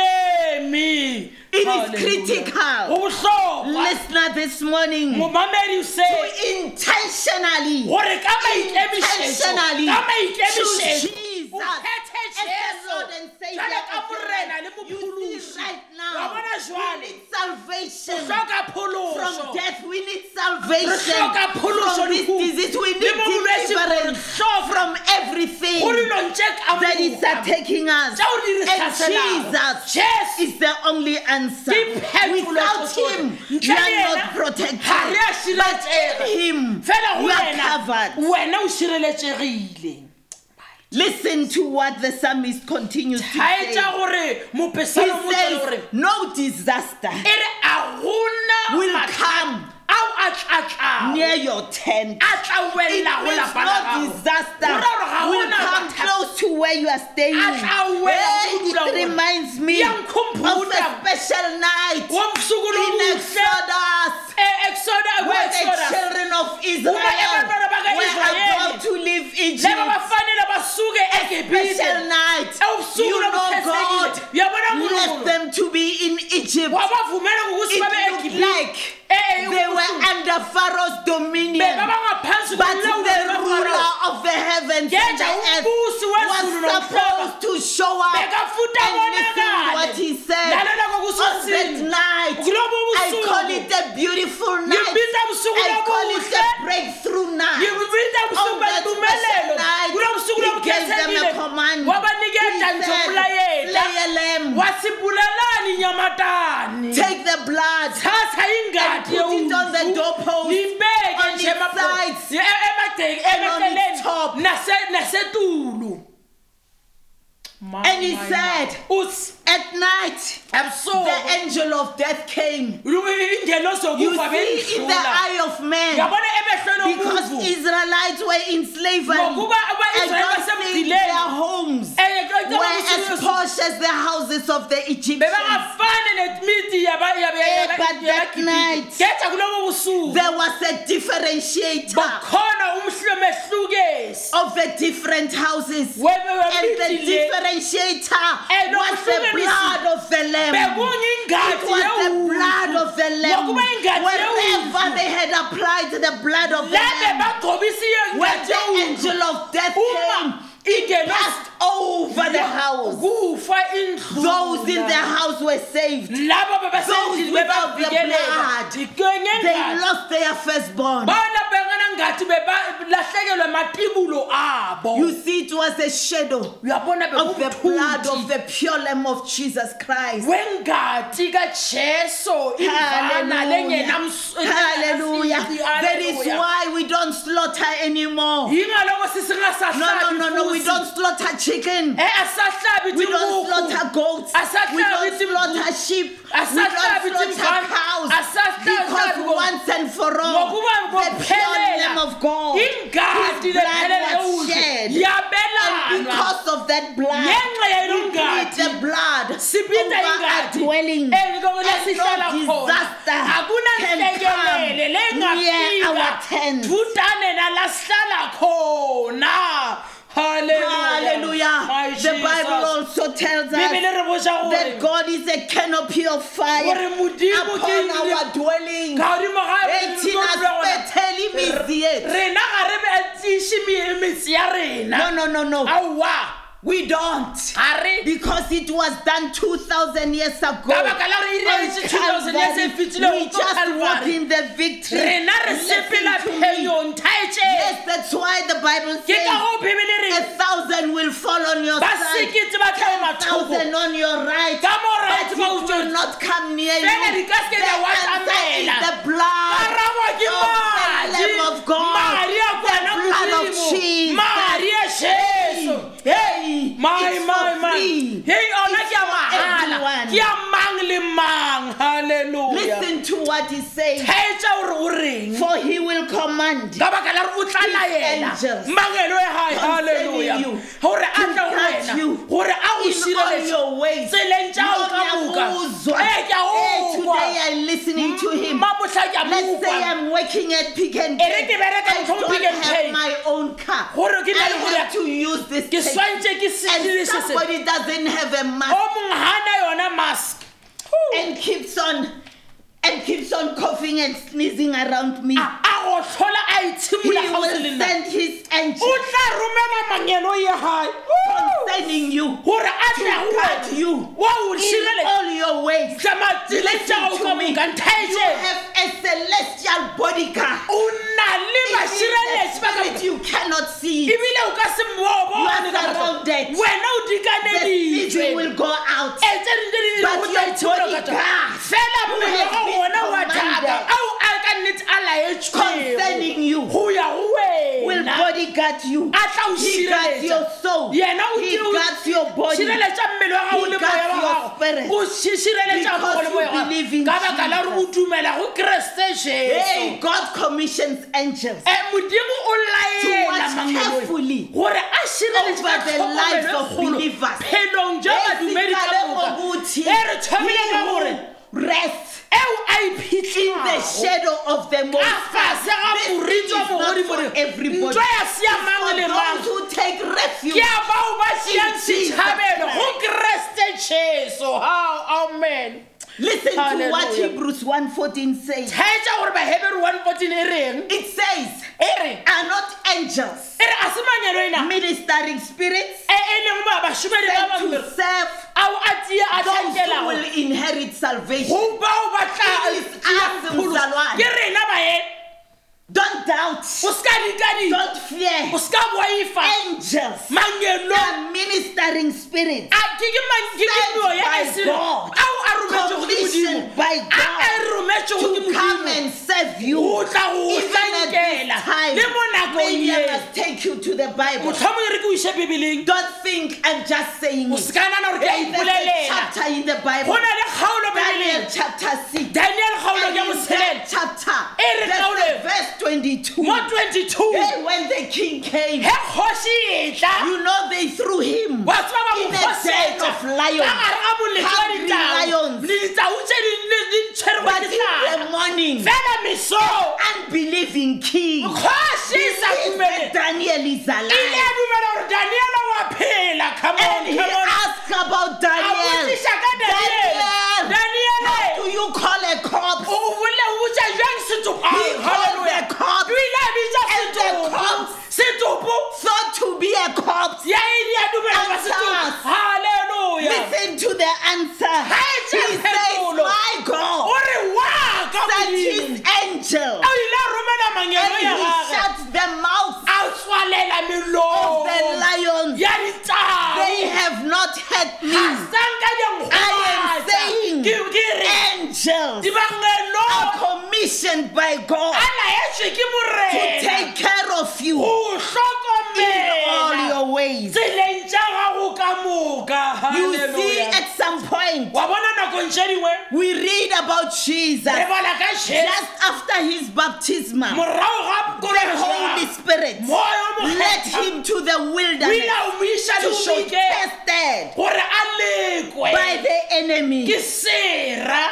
Speaker 2: eme
Speaker 1: It is
Speaker 2: Hallelujah. go
Speaker 1: critical,
Speaker 2: botlhokwa
Speaker 1: listener, this morning
Speaker 2: momamedi o se
Speaker 1: to intentionally.
Speaker 2: gore ka maikemišetso
Speaker 1: intentionally
Speaker 2: ka
Speaker 1: choose
Speaker 2: maikemišetso
Speaker 1: Jesus
Speaker 2: o kgethe
Speaker 1: as the
Speaker 2: jeso
Speaker 1: Lord and Savior
Speaker 2: jalo ka
Speaker 1: of your
Speaker 2: morena le
Speaker 1: life. You
Speaker 2: mopholosi
Speaker 1: see right
Speaker 2: wa bona
Speaker 1: now, we
Speaker 2: jwale
Speaker 1: need salvation
Speaker 2: hloka
Speaker 1: from
Speaker 2: pholoso
Speaker 1: death. We need
Speaker 2: re
Speaker 1: salvation
Speaker 2: hloka pholoso
Speaker 1: from this disease. We need deliverance
Speaker 2: from
Speaker 1: from everything
Speaker 2: go dilong tse ka
Speaker 1: that is
Speaker 2: moka.
Speaker 1: attacking us.
Speaker 2: Tseo di re
Speaker 1: And
Speaker 2: hlaselang.
Speaker 1: Jesus
Speaker 2: Jesu
Speaker 1: is the only answer.
Speaker 2: Ke phetoho
Speaker 1: Without
Speaker 2: tso tsohle.
Speaker 1: Him, we
Speaker 2: Ntle le
Speaker 1: are
Speaker 2: yena,
Speaker 1: not protected.
Speaker 2: ha re a
Speaker 1: But
Speaker 2: sireletsega.
Speaker 1: in Him,
Speaker 2: fela ho
Speaker 1: we are
Speaker 2: wena
Speaker 1: covered.
Speaker 2: wena o sireletsegile
Speaker 1: Listen to what the psalmist continues to
Speaker 2: ga e
Speaker 1: say.
Speaker 2: tsa gore
Speaker 1: He
Speaker 2: mopesalo mo tsela gore
Speaker 1: says, No disaster
Speaker 2: e re a
Speaker 1: will
Speaker 2: gona
Speaker 1: come
Speaker 2: ao a tlatlago
Speaker 1: near your tent.
Speaker 2: a tla
Speaker 1: It
Speaker 2: wela go
Speaker 1: means
Speaker 2: lapa la
Speaker 1: no
Speaker 2: gago
Speaker 1: disaster
Speaker 2: Ho raya hore ha
Speaker 1: will
Speaker 2: hona
Speaker 1: come
Speaker 2: mathata.
Speaker 1: close to where you are staying.
Speaker 2: A tla wela
Speaker 1: Hey,
Speaker 2: ho dula
Speaker 1: it
Speaker 2: hore
Speaker 1: reminds me
Speaker 2: ya
Speaker 1: of
Speaker 2: nkgopotsa.
Speaker 1: a special night
Speaker 2: wa mosuku
Speaker 1: in
Speaker 2: lobuhle
Speaker 1: Exodus.
Speaker 2: E,
Speaker 1: Where the
Speaker 2: exoda
Speaker 1: children of Israel
Speaker 2: Uma abantwana baka
Speaker 1: were
Speaker 2: Israel
Speaker 1: about to leave Egypt.
Speaker 2: laba bafanele basuke
Speaker 1: Special
Speaker 2: egibhite
Speaker 1: night.
Speaker 2: ewubusuku
Speaker 1: You know
Speaker 2: lobukhethekile
Speaker 1: God
Speaker 2: uyabona
Speaker 1: left
Speaker 2: nkulunkulu
Speaker 1: them to be in Egypt.
Speaker 2: wabavumela ngokuthi babe
Speaker 1: It looked
Speaker 2: egibhite
Speaker 1: like
Speaker 2: Eh,
Speaker 1: they were
Speaker 2: ubusuku.
Speaker 1: under Pharaoh's dominion.
Speaker 2: bebaba ngaphansi
Speaker 1: But
Speaker 2: kolawulo
Speaker 1: the ruler
Speaker 2: lukaFarao.
Speaker 1: of the heavens and
Speaker 2: Yenza
Speaker 1: the earth
Speaker 2: umbusi wezulu
Speaker 1: was
Speaker 2: nomhlaba.
Speaker 1: supposed to show up and
Speaker 2: Bekafuthi abonakale.
Speaker 1: listen what he said
Speaker 2: Lalela
Speaker 1: on that
Speaker 2: kokusothini.
Speaker 1: night.
Speaker 2: Kulobo
Speaker 1: I
Speaker 2: busuku.
Speaker 1: call it a beautiful night.
Speaker 2: Ngibiza busuku
Speaker 1: I call it
Speaker 2: lobuhle.
Speaker 1: a breakthrough night.
Speaker 2: Ngibiza busuku
Speaker 1: On that
Speaker 2: bempumelelo.
Speaker 1: special night,
Speaker 2: Kulo busuku
Speaker 1: he gave them
Speaker 2: lobukhethekile
Speaker 1: a command.
Speaker 2: wabanikeza
Speaker 1: He said,
Speaker 2: nje umlayela.
Speaker 1: Slay a lamb.
Speaker 2: Wasibulalani nyamatani.
Speaker 1: Take blood
Speaker 2: thatha ingadi
Speaker 1: And put it on the
Speaker 2: yeundlu,
Speaker 1: doorpost,
Speaker 2: libeke
Speaker 1: on its
Speaker 2: nje emapho-
Speaker 1: sides,
Speaker 2: e- e- emagceke-
Speaker 1: and on its
Speaker 2: emaceleni,
Speaker 1: top.
Speaker 2: nase- nasetulu My,
Speaker 1: And he
Speaker 2: my, my.
Speaker 1: said,
Speaker 2: uthi
Speaker 1: at night the
Speaker 2: ebusuku
Speaker 1: angel of death came you
Speaker 2: ingelozokuva
Speaker 1: see in the
Speaker 2: bendlula
Speaker 1: eye of man
Speaker 2: yabona emehlweni
Speaker 1: because
Speaker 2: omuntu
Speaker 1: Israelites were in slavery
Speaker 2: Ngokuba
Speaker 1: I
Speaker 2: abaIsraeli
Speaker 1: don't think
Speaker 2: basemdileni.
Speaker 1: their
Speaker 2: Eh,
Speaker 1: homes were as
Speaker 2: were
Speaker 1: posh as the houses of the Egyptians
Speaker 2: bebangafani nemithi
Speaker 1: Eh, but that night-
Speaker 2: yabagetha kulobo busuku
Speaker 1: there was a differentiator
Speaker 2: bakhona umhlemehlukesi
Speaker 1: of the different houses and the
Speaker 2: webewemithi le
Speaker 1: differentiator
Speaker 2: And
Speaker 1: was the
Speaker 2: ukuhlukanisa-
Speaker 1: blood of the lamb It
Speaker 2: bekuyingadi
Speaker 1: was the blood of the lamb.
Speaker 2: Ngokuba ingadi
Speaker 1: Wherever
Speaker 2: yewundlu.
Speaker 1: they had applied the blood of the lamb,
Speaker 2: lebebagcobisiyo
Speaker 1: when
Speaker 2: ingadi
Speaker 1: the angel of death came,
Speaker 2: uma
Speaker 1: it
Speaker 2: ingeno-
Speaker 1: passed over the house.
Speaker 2: kufa indlu
Speaker 1: Those in the house were saved.
Speaker 2: labo
Speaker 1: Those
Speaker 2: bebasendlini
Speaker 1: without the blood, They
Speaker 2: bebavikelelangengadi
Speaker 1: lost their firstborn.
Speaker 2: bona bengenangathi bebalahlekelwe matibulo abo
Speaker 1: You see, it was a shadow
Speaker 2: uyabona
Speaker 1: of the blood of
Speaker 2: bekumthunti
Speaker 1: the pure lamb of Jesus Christ.
Speaker 2: wengati kajesu imvana
Speaker 1: Hallelujah. eh, Hallelujah. That is why we don't slaughter anymore.
Speaker 2: yingaloko
Speaker 1: No, no, no, no. We don't slaughter chicken.
Speaker 2: Eh, asahlabi
Speaker 1: We don't slaughter goats. We don't
Speaker 2: Asahlabi
Speaker 1: slaughter
Speaker 2: timbuku.
Speaker 1: sheep. We
Speaker 2: Asahlabi
Speaker 1: don't slaughter
Speaker 2: timbali.
Speaker 1: cows.
Speaker 2: Asahlabi
Speaker 1: Because
Speaker 2: ngo-
Speaker 1: once and for all,
Speaker 2: ngokuba
Speaker 1: the pure
Speaker 2: ngokuphelela
Speaker 1: Lamb of God,
Speaker 2: ingadi
Speaker 1: His blood was shed. And
Speaker 2: lephelele yabelanwa
Speaker 1: because of that
Speaker 2: Ngenxa
Speaker 1: blood,
Speaker 2: yaloo
Speaker 1: we
Speaker 2: ngadi,
Speaker 1: plead the blood
Speaker 2: sibitha
Speaker 1: over our
Speaker 2: ingadi
Speaker 1: dwelling.
Speaker 2: elikokola
Speaker 1: And
Speaker 2: sihlala
Speaker 1: no
Speaker 2: khona
Speaker 1: disaster can
Speaker 2: akunanhlekelele
Speaker 1: come near our tents.
Speaker 2: lengafika dudane nalasihlala khona
Speaker 1: Hallelujah. The Bible also tells
Speaker 2: bibele
Speaker 1: us
Speaker 2: re boja
Speaker 1: that
Speaker 2: gore
Speaker 1: God is a canopy of fire
Speaker 2: Gore Modimo ke
Speaker 1: upon
Speaker 2: eng-
Speaker 1: our dwelling.
Speaker 2: godimo
Speaker 1: Hey, Tina, spethele misi yethu.
Speaker 2: rena ga re betsiše metsi ya
Speaker 1: No,
Speaker 2: rena
Speaker 1: no, no, no.
Speaker 2: aowa
Speaker 1: We don't.
Speaker 2: ga re
Speaker 1: Because it was done 2,000 years ago.
Speaker 2: ka baka la gore
Speaker 1: On
Speaker 2: ireetse 2000 ya se
Speaker 1: Oh, Calvary, we
Speaker 2: fetilego
Speaker 1: just walk in the victory.
Speaker 2: rena re sepela
Speaker 1: Listen to me.
Speaker 2: pheyon thaetše
Speaker 1: Yes, that's why the Bible
Speaker 2: ke ka
Speaker 1: says
Speaker 2: go bibele
Speaker 1: a
Speaker 2: re
Speaker 1: thousand will fall on your
Speaker 2: ba
Speaker 1: side,
Speaker 2: sekete ba tlhae
Speaker 1: a thousand
Speaker 2: mathoko
Speaker 1: on your right,
Speaker 2: ka mo right
Speaker 1: but
Speaker 2: ba
Speaker 1: it will
Speaker 2: utswetse
Speaker 1: not come near you.
Speaker 2: Fela di ka
Speaker 1: The
Speaker 2: seke tsa wa
Speaker 1: answer is
Speaker 2: tsamela.
Speaker 1: the blood
Speaker 2: karabo ke
Speaker 1: of the
Speaker 2: madi
Speaker 1: Lamb of God,
Speaker 2: madi a kwana
Speaker 1: the blood of
Speaker 2: modimo
Speaker 1: Jesus.
Speaker 2: madi a jesu
Speaker 1: Hey,
Speaker 2: My,
Speaker 1: it's
Speaker 2: my,
Speaker 1: for
Speaker 2: my.
Speaker 1: free.
Speaker 2: Hey, ona
Speaker 1: It's
Speaker 2: ke a
Speaker 1: for
Speaker 2: mahala.
Speaker 1: everyone.
Speaker 2: Ke a mang le mang. Hallelujah.
Speaker 1: Listen to what he says.
Speaker 2: Thetsa hore o reng.
Speaker 1: For he will command
Speaker 2: Ka baka la hore o tla
Speaker 1: His
Speaker 2: laela.
Speaker 1: angels
Speaker 2: Mangelo e hae. Hallelujah.
Speaker 1: you,
Speaker 2: Hore a
Speaker 1: to
Speaker 2: tle ho
Speaker 1: guard
Speaker 2: wena.
Speaker 1: you
Speaker 2: Hore a o
Speaker 1: in all
Speaker 2: sireletse.
Speaker 1: your ways.
Speaker 2: Tseleng tsa hao ka moka.
Speaker 1: Ngiyakuzwa.
Speaker 2: Eh, ke a
Speaker 1: Eh,
Speaker 2: ukwa.
Speaker 1: Today I'm listening to him.
Speaker 2: Mabohla ke a
Speaker 1: Let's say
Speaker 2: mokwa.
Speaker 1: I'm working at Pick and
Speaker 2: E re ke
Speaker 1: Pay.
Speaker 2: bereka
Speaker 1: I
Speaker 2: nthong
Speaker 1: don't
Speaker 2: Pick and Pay.
Speaker 1: have my own car.
Speaker 2: Hore ke na le
Speaker 1: I
Speaker 2: hore-
Speaker 1: have to use this
Speaker 2: Ke
Speaker 1: taxi.
Speaker 2: swantse ke
Speaker 1: And
Speaker 2: sedilise se.
Speaker 1: somebody doesn't have a
Speaker 2: O
Speaker 1: mask
Speaker 2: mong hana yona mask. Oh!
Speaker 1: and keeps on and keeps on coughing and sneezing around me.
Speaker 2: A a gotlhola
Speaker 1: He
Speaker 2: a ithimola gaufi Ah, le
Speaker 1: will
Speaker 2: nna. Oh,
Speaker 1: send his
Speaker 2: o
Speaker 1: angel
Speaker 2: tla romela mangelo ye gae
Speaker 1: sending you
Speaker 2: gore a
Speaker 1: to
Speaker 2: tle ho
Speaker 1: guard
Speaker 2: wena.
Speaker 1: you
Speaker 2: wa o
Speaker 1: in
Speaker 2: sireletse
Speaker 1: all your ways.
Speaker 2: matsileng
Speaker 1: Listen
Speaker 2: tsa go
Speaker 1: to
Speaker 2: ka
Speaker 1: me.
Speaker 2: moka
Speaker 1: You
Speaker 2: nthaetse
Speaker 1: have a celestial body guard.
Speaker 2: o na le
Speaker 1: It is
Speaker 2: basireletsi ba
Speaker 1: the
Speaker 2: ka
Speaker 1: spirit
Speaker 2: moka
Speaker 1: you cannot see. it.
Speaker 2: ebile o ka se
Speaker 1: You are surrounded.
Speaker 2: moobone wena o
Speaker 1: The
Speaker 2: dikaneditswe
Speaker 1: season will go out.
Speaker 2: e tse dinte di
Speaker 1: But
Speaker 2: go
Speaker 1: your
Speaker 2: tla itsholo ka
Speaker 1: body
Speaker 2: tsona
Speaker 1: guard
Speaker 2: fela
Speaker 1: who has
Speaker 2: molego
Speaker 1: been
Speaker 2: wona wa
Speaker 1: commanded
Speaker 2: thata ao a ka nnetse a
Speaker 1: Concerning you.
Speaker 2: laetswego go ya go
Speaker 1: Will
Speaker 2: wena
Speaker 1: bodyguard you.
Speaker 2: a tla o
Speaker 1: He guards your
Speaker 2: sireletsa
Speaker 1: soul.
Speaker 2: yena o
Speaker 1: He
Speaker 2: tlo o
Speaker 1: guards your body.
Speaker 2: sireletsa mmele wa gago
Speaker 1: He
Speaker 2: le
Speaker 1: guards
Speaker 2: moya wa
Speaker 1: your spirit.
Speaker 2: gago o si- sireletsa
Speaker 1: Because
Speaker 2: mogo le
Speaker 1: you
Speaker 2: moya wa
Speaker 1: believe in
Speaker 2: gago ka baka la gore o
Speaker 1: Jesus.
Speaker 2: dumela go keresete jesu
Speaker 1: Hey, God commissions angels
Speaker 2: Eh, modimo o
Speaker 1: To watch
Speaker 2: laela
Speaker 1: carefully
Speaker 2: mangolo gore a sireletse
Speaker 1: over
Speaker 2: ka
Speaker 1: the lives of
Speaker 2: tlhokomelo e
Speaker 1: believers.
Speaker 2: kgolo phelong ja
Speaker 1: Hey,
Speaker 2: badumedi ka
Speaker 1: Sikale
Speaker 2: moka
Speaker 1: Mobuthi,
Speaker 2: e re thobile
Speaker 1: he
Speaker 2: ka
Speaker 1: who
Speaker 2: gore
Speaker 1: Rest in
Speaker 2: eo a Ah,
Speaker 1: the
Speaker 2: iphitlhago
Speaker 1: shadow of the most.
Speaker 2: ka
Speaker 1: High.
Speaker 2: fase ga
Speaker 1: This
Speaker 2: moritswa
Speaker 1: is not for
Speaker 2: mogodimodimo
Speaker 1: everybody.
Speaker 2: ntwa ya siamang
Speaker 1: For
Speaker 2: le mang
Speaker 1: those who take refuge
Speaker 2: ke a bao ba siang
Speaker 1: Jesus
Speaker 2: setšhabelo
Speaker 1: Christ.
Speaker 2: go keresete jesu how amen
Speaker 1: Listen to what
Speaker 2: Hallelujah.
Speaker 1: Hebrews 1:14 says.
Speaker 2: thetsa gore bahebere 114 e reng
Speaker 1: It says,
Speaker 2: e re
Speaker 1: "Are not angels
Speaker 2: e re a se manyelo ena
Speaker 1: ministering spirits
Speaker 2: e e leng ba bašomedi ba
Speaker 1: sent to
Speaker 2: bangwe
Speaker 1: serve
Speaker 2: ao a tie a
Speaker 1: those who
Speaker 2: tlhankelago
Speaker 1: will inherit salvation?"
Speaker 2: go bao ba tla-
Speaker 1: It is
Speaker 2: tla
Speaker 1: us,
Speaker 2: pholo.
Speaker 1: mzalwane.
Speaker 2: ke rena bae
Speaker 1: Don't doubt.
Speaker 2: o seka dikadika
Speaker 1: Don't fear.
Speaker 2: o seka boifa
Speaker 1: Angels
Speaker 2: manyelo
Speaker 1: are ministering spirits
Speaker 2: a ke ke man- ke ke
Speaker 1: Sent
Speaker 2: meo ya
Speaker 1: by
Speaker 2: esele ao
Speaker 1: God.
Speaker 2: a rometse
Speaker 1: commissioned
Speaker 2: godimodimo
Speaker 1: by
Speaker 2: a tšego ke
Speaker 1: to come
Speaker 2: modimo
Speaker 1: and serve you.
Speaker 2: o tla go
Speaker 1: Even at
Speaker 2: tlankela
Speaker 1: this time, e
Speaker 2: le mo nakong
Speaker 1: maybe I
Speaker 2: ye
Speaker 1: must take you to the Bible.
Speaker 2: motlhomong re ke o ise bebeleng
Speaker 1: Don't think I'm just saying
Speaker 2: o
Speaker 1: it.
Speaker 2: se ka nana gore ke a
Speaker 1: There's a
Speaker 2: ipolelela
Speaker 1: chapter in the
Speaker 2: go
Speaker 1: Bible.
Speaker 2: na le kgaolo
Speaker 1: Daniel
Speaker 2: bebeleng
Speaker 1: chapter 6.
Speaker 2: daniel kgaolo
Speaker 1: And
Speaker 2: ya
Speaker 1: in that
Speaker 2: botshelela
Speaker 1: chapter,
Speaker 2: E re
Speaker 1: that's
Speaker 2: taolo-
Speaker 1: the verse 22.
Speaker 2: mo 22
Speaker 1: Hey, when the king came,
Speaker 2: he kgoši e tla
Speaker 1: you know they threw him
Speaker 2: wa tseba ba
Speaker 1: in
Speaker 2: mo
Speaker 1: a den
Speaker 2: kgosetsa
Speaker 1: of
Speaker 2: ka
Speaker 1: lions.
Speaker 2: gare ga moletlo wa
Speaker 1: Hungry
Speaker 2: ditau
Speaker 1: lions.
Speaker 2: ditau tse di- di- di tshwerwe
Speaker 1: But
Speaker 2: ke
Speaker 1: in the
Speaker 2: tlala
Speaker 1: morning,
Speaker 2: fela meso
Speaker 1: unbelieving king.
Speaker 2: kgoši e sa
Speaker 1: believes that
Speaker 2: dumele
Speaker 1: Daniel is
Speaker 2: ile
Speaker 1: alive.
Speaker 2: a dumela gore daniela wa phela come on,
Speaker 1: And he
Speaker 2: come on.
Speaker 1: asked about
Speaker 2: a
Speaker 1: Daniel.
Speaker 2: botsiša ka daniel
Speaker 1: Daniel,
Speaker 2: daniele
Speaker 1: how do you call a corpse?
Speaker 2: o bole botsa jang setopo
Speaker 1: He called
Speaker 2: halleluja
Speaker 1: the corpse
Speaker 2: o ile a bitsa
Speaker 1: and the
Speaker 2: setopo
Speaker 1: corpse
Speaker 2: setopo
Speaker 1: thought to be a corpse.
Speaker 2: ya ile ya dumela ka
Speaker 1: Answers.
Speaker 2: setopo halleluja
Speaker 1: Listen to the answer.
Speaker 2: Hey, Oh,
Speaker 1: He says,
Speaker 2: Jack Hetolo.
Speaker 1: My
Speaker 2: o
Speaker 1: God,
Speaker 2: re wa ka
Speaker 1: that
Speaker 2: modimo
Speaker 1: his angel.
Speaker 2: a ile a romela
Speaker 1: And
Speaker 2: mangelo
Speaker 1: he
Speaker 2: ya gage
Speaker 1: shut the mouth
Speaker 2: a tswalela
Speaker 1: of
Speaker 2: melomo
Speaker 1: the lions.
Speaker 2: ya ditau
Speaker 1: They have not hurt me.
Speaker 2: asanka
Speaker 1: I am saying,
Speaker 2: dinkgoatsa
Speaker 1: Angels
Speaker 2: dibangelo
Speaker 1: are commissioned by
Speaker 2: a
Speaker 1: God
Speaker 2: laetswe ke
Speaker 1: to
Speaker 2: morena
Speaker 1: take care of
Speaker 2: go
Speaker 1: you in all
Speaker 2: hlokomela
Speaker 1: your ways.
Speaker 2: tseleng tša gago ka moka
Speaker 1: You see,
Speaker 2: Hallelujah.
Speaker 1: at some point,
Speaker 2: wa bona nakong tše dingwe
Speaker 1: we read about
Speaker 2: re
Speaker 1: Jesus
Speaker 2: bala ka Jesu,
Speaker 1: just after his baptism.
Speaker 2: morago ga
Speaker 1: The Holy
Speaker 2: korego
Speaker 1: Spirit
Speaker 2: moya o
Speaker 1: led
Speaker 2: mokgetha
Speaker 1: him to the
Speaker 2: o ile
Speaker 1: wilderness
Speaker 2: a o moiša
Speaker 1: to be
Speaker 2: lešokeng
Speaker 1: tested
Speaker 2: gore a
Speaker 1: by
Speaker 2: lekwe
Speaker 1: the enemy.
Speaker 2: ke sera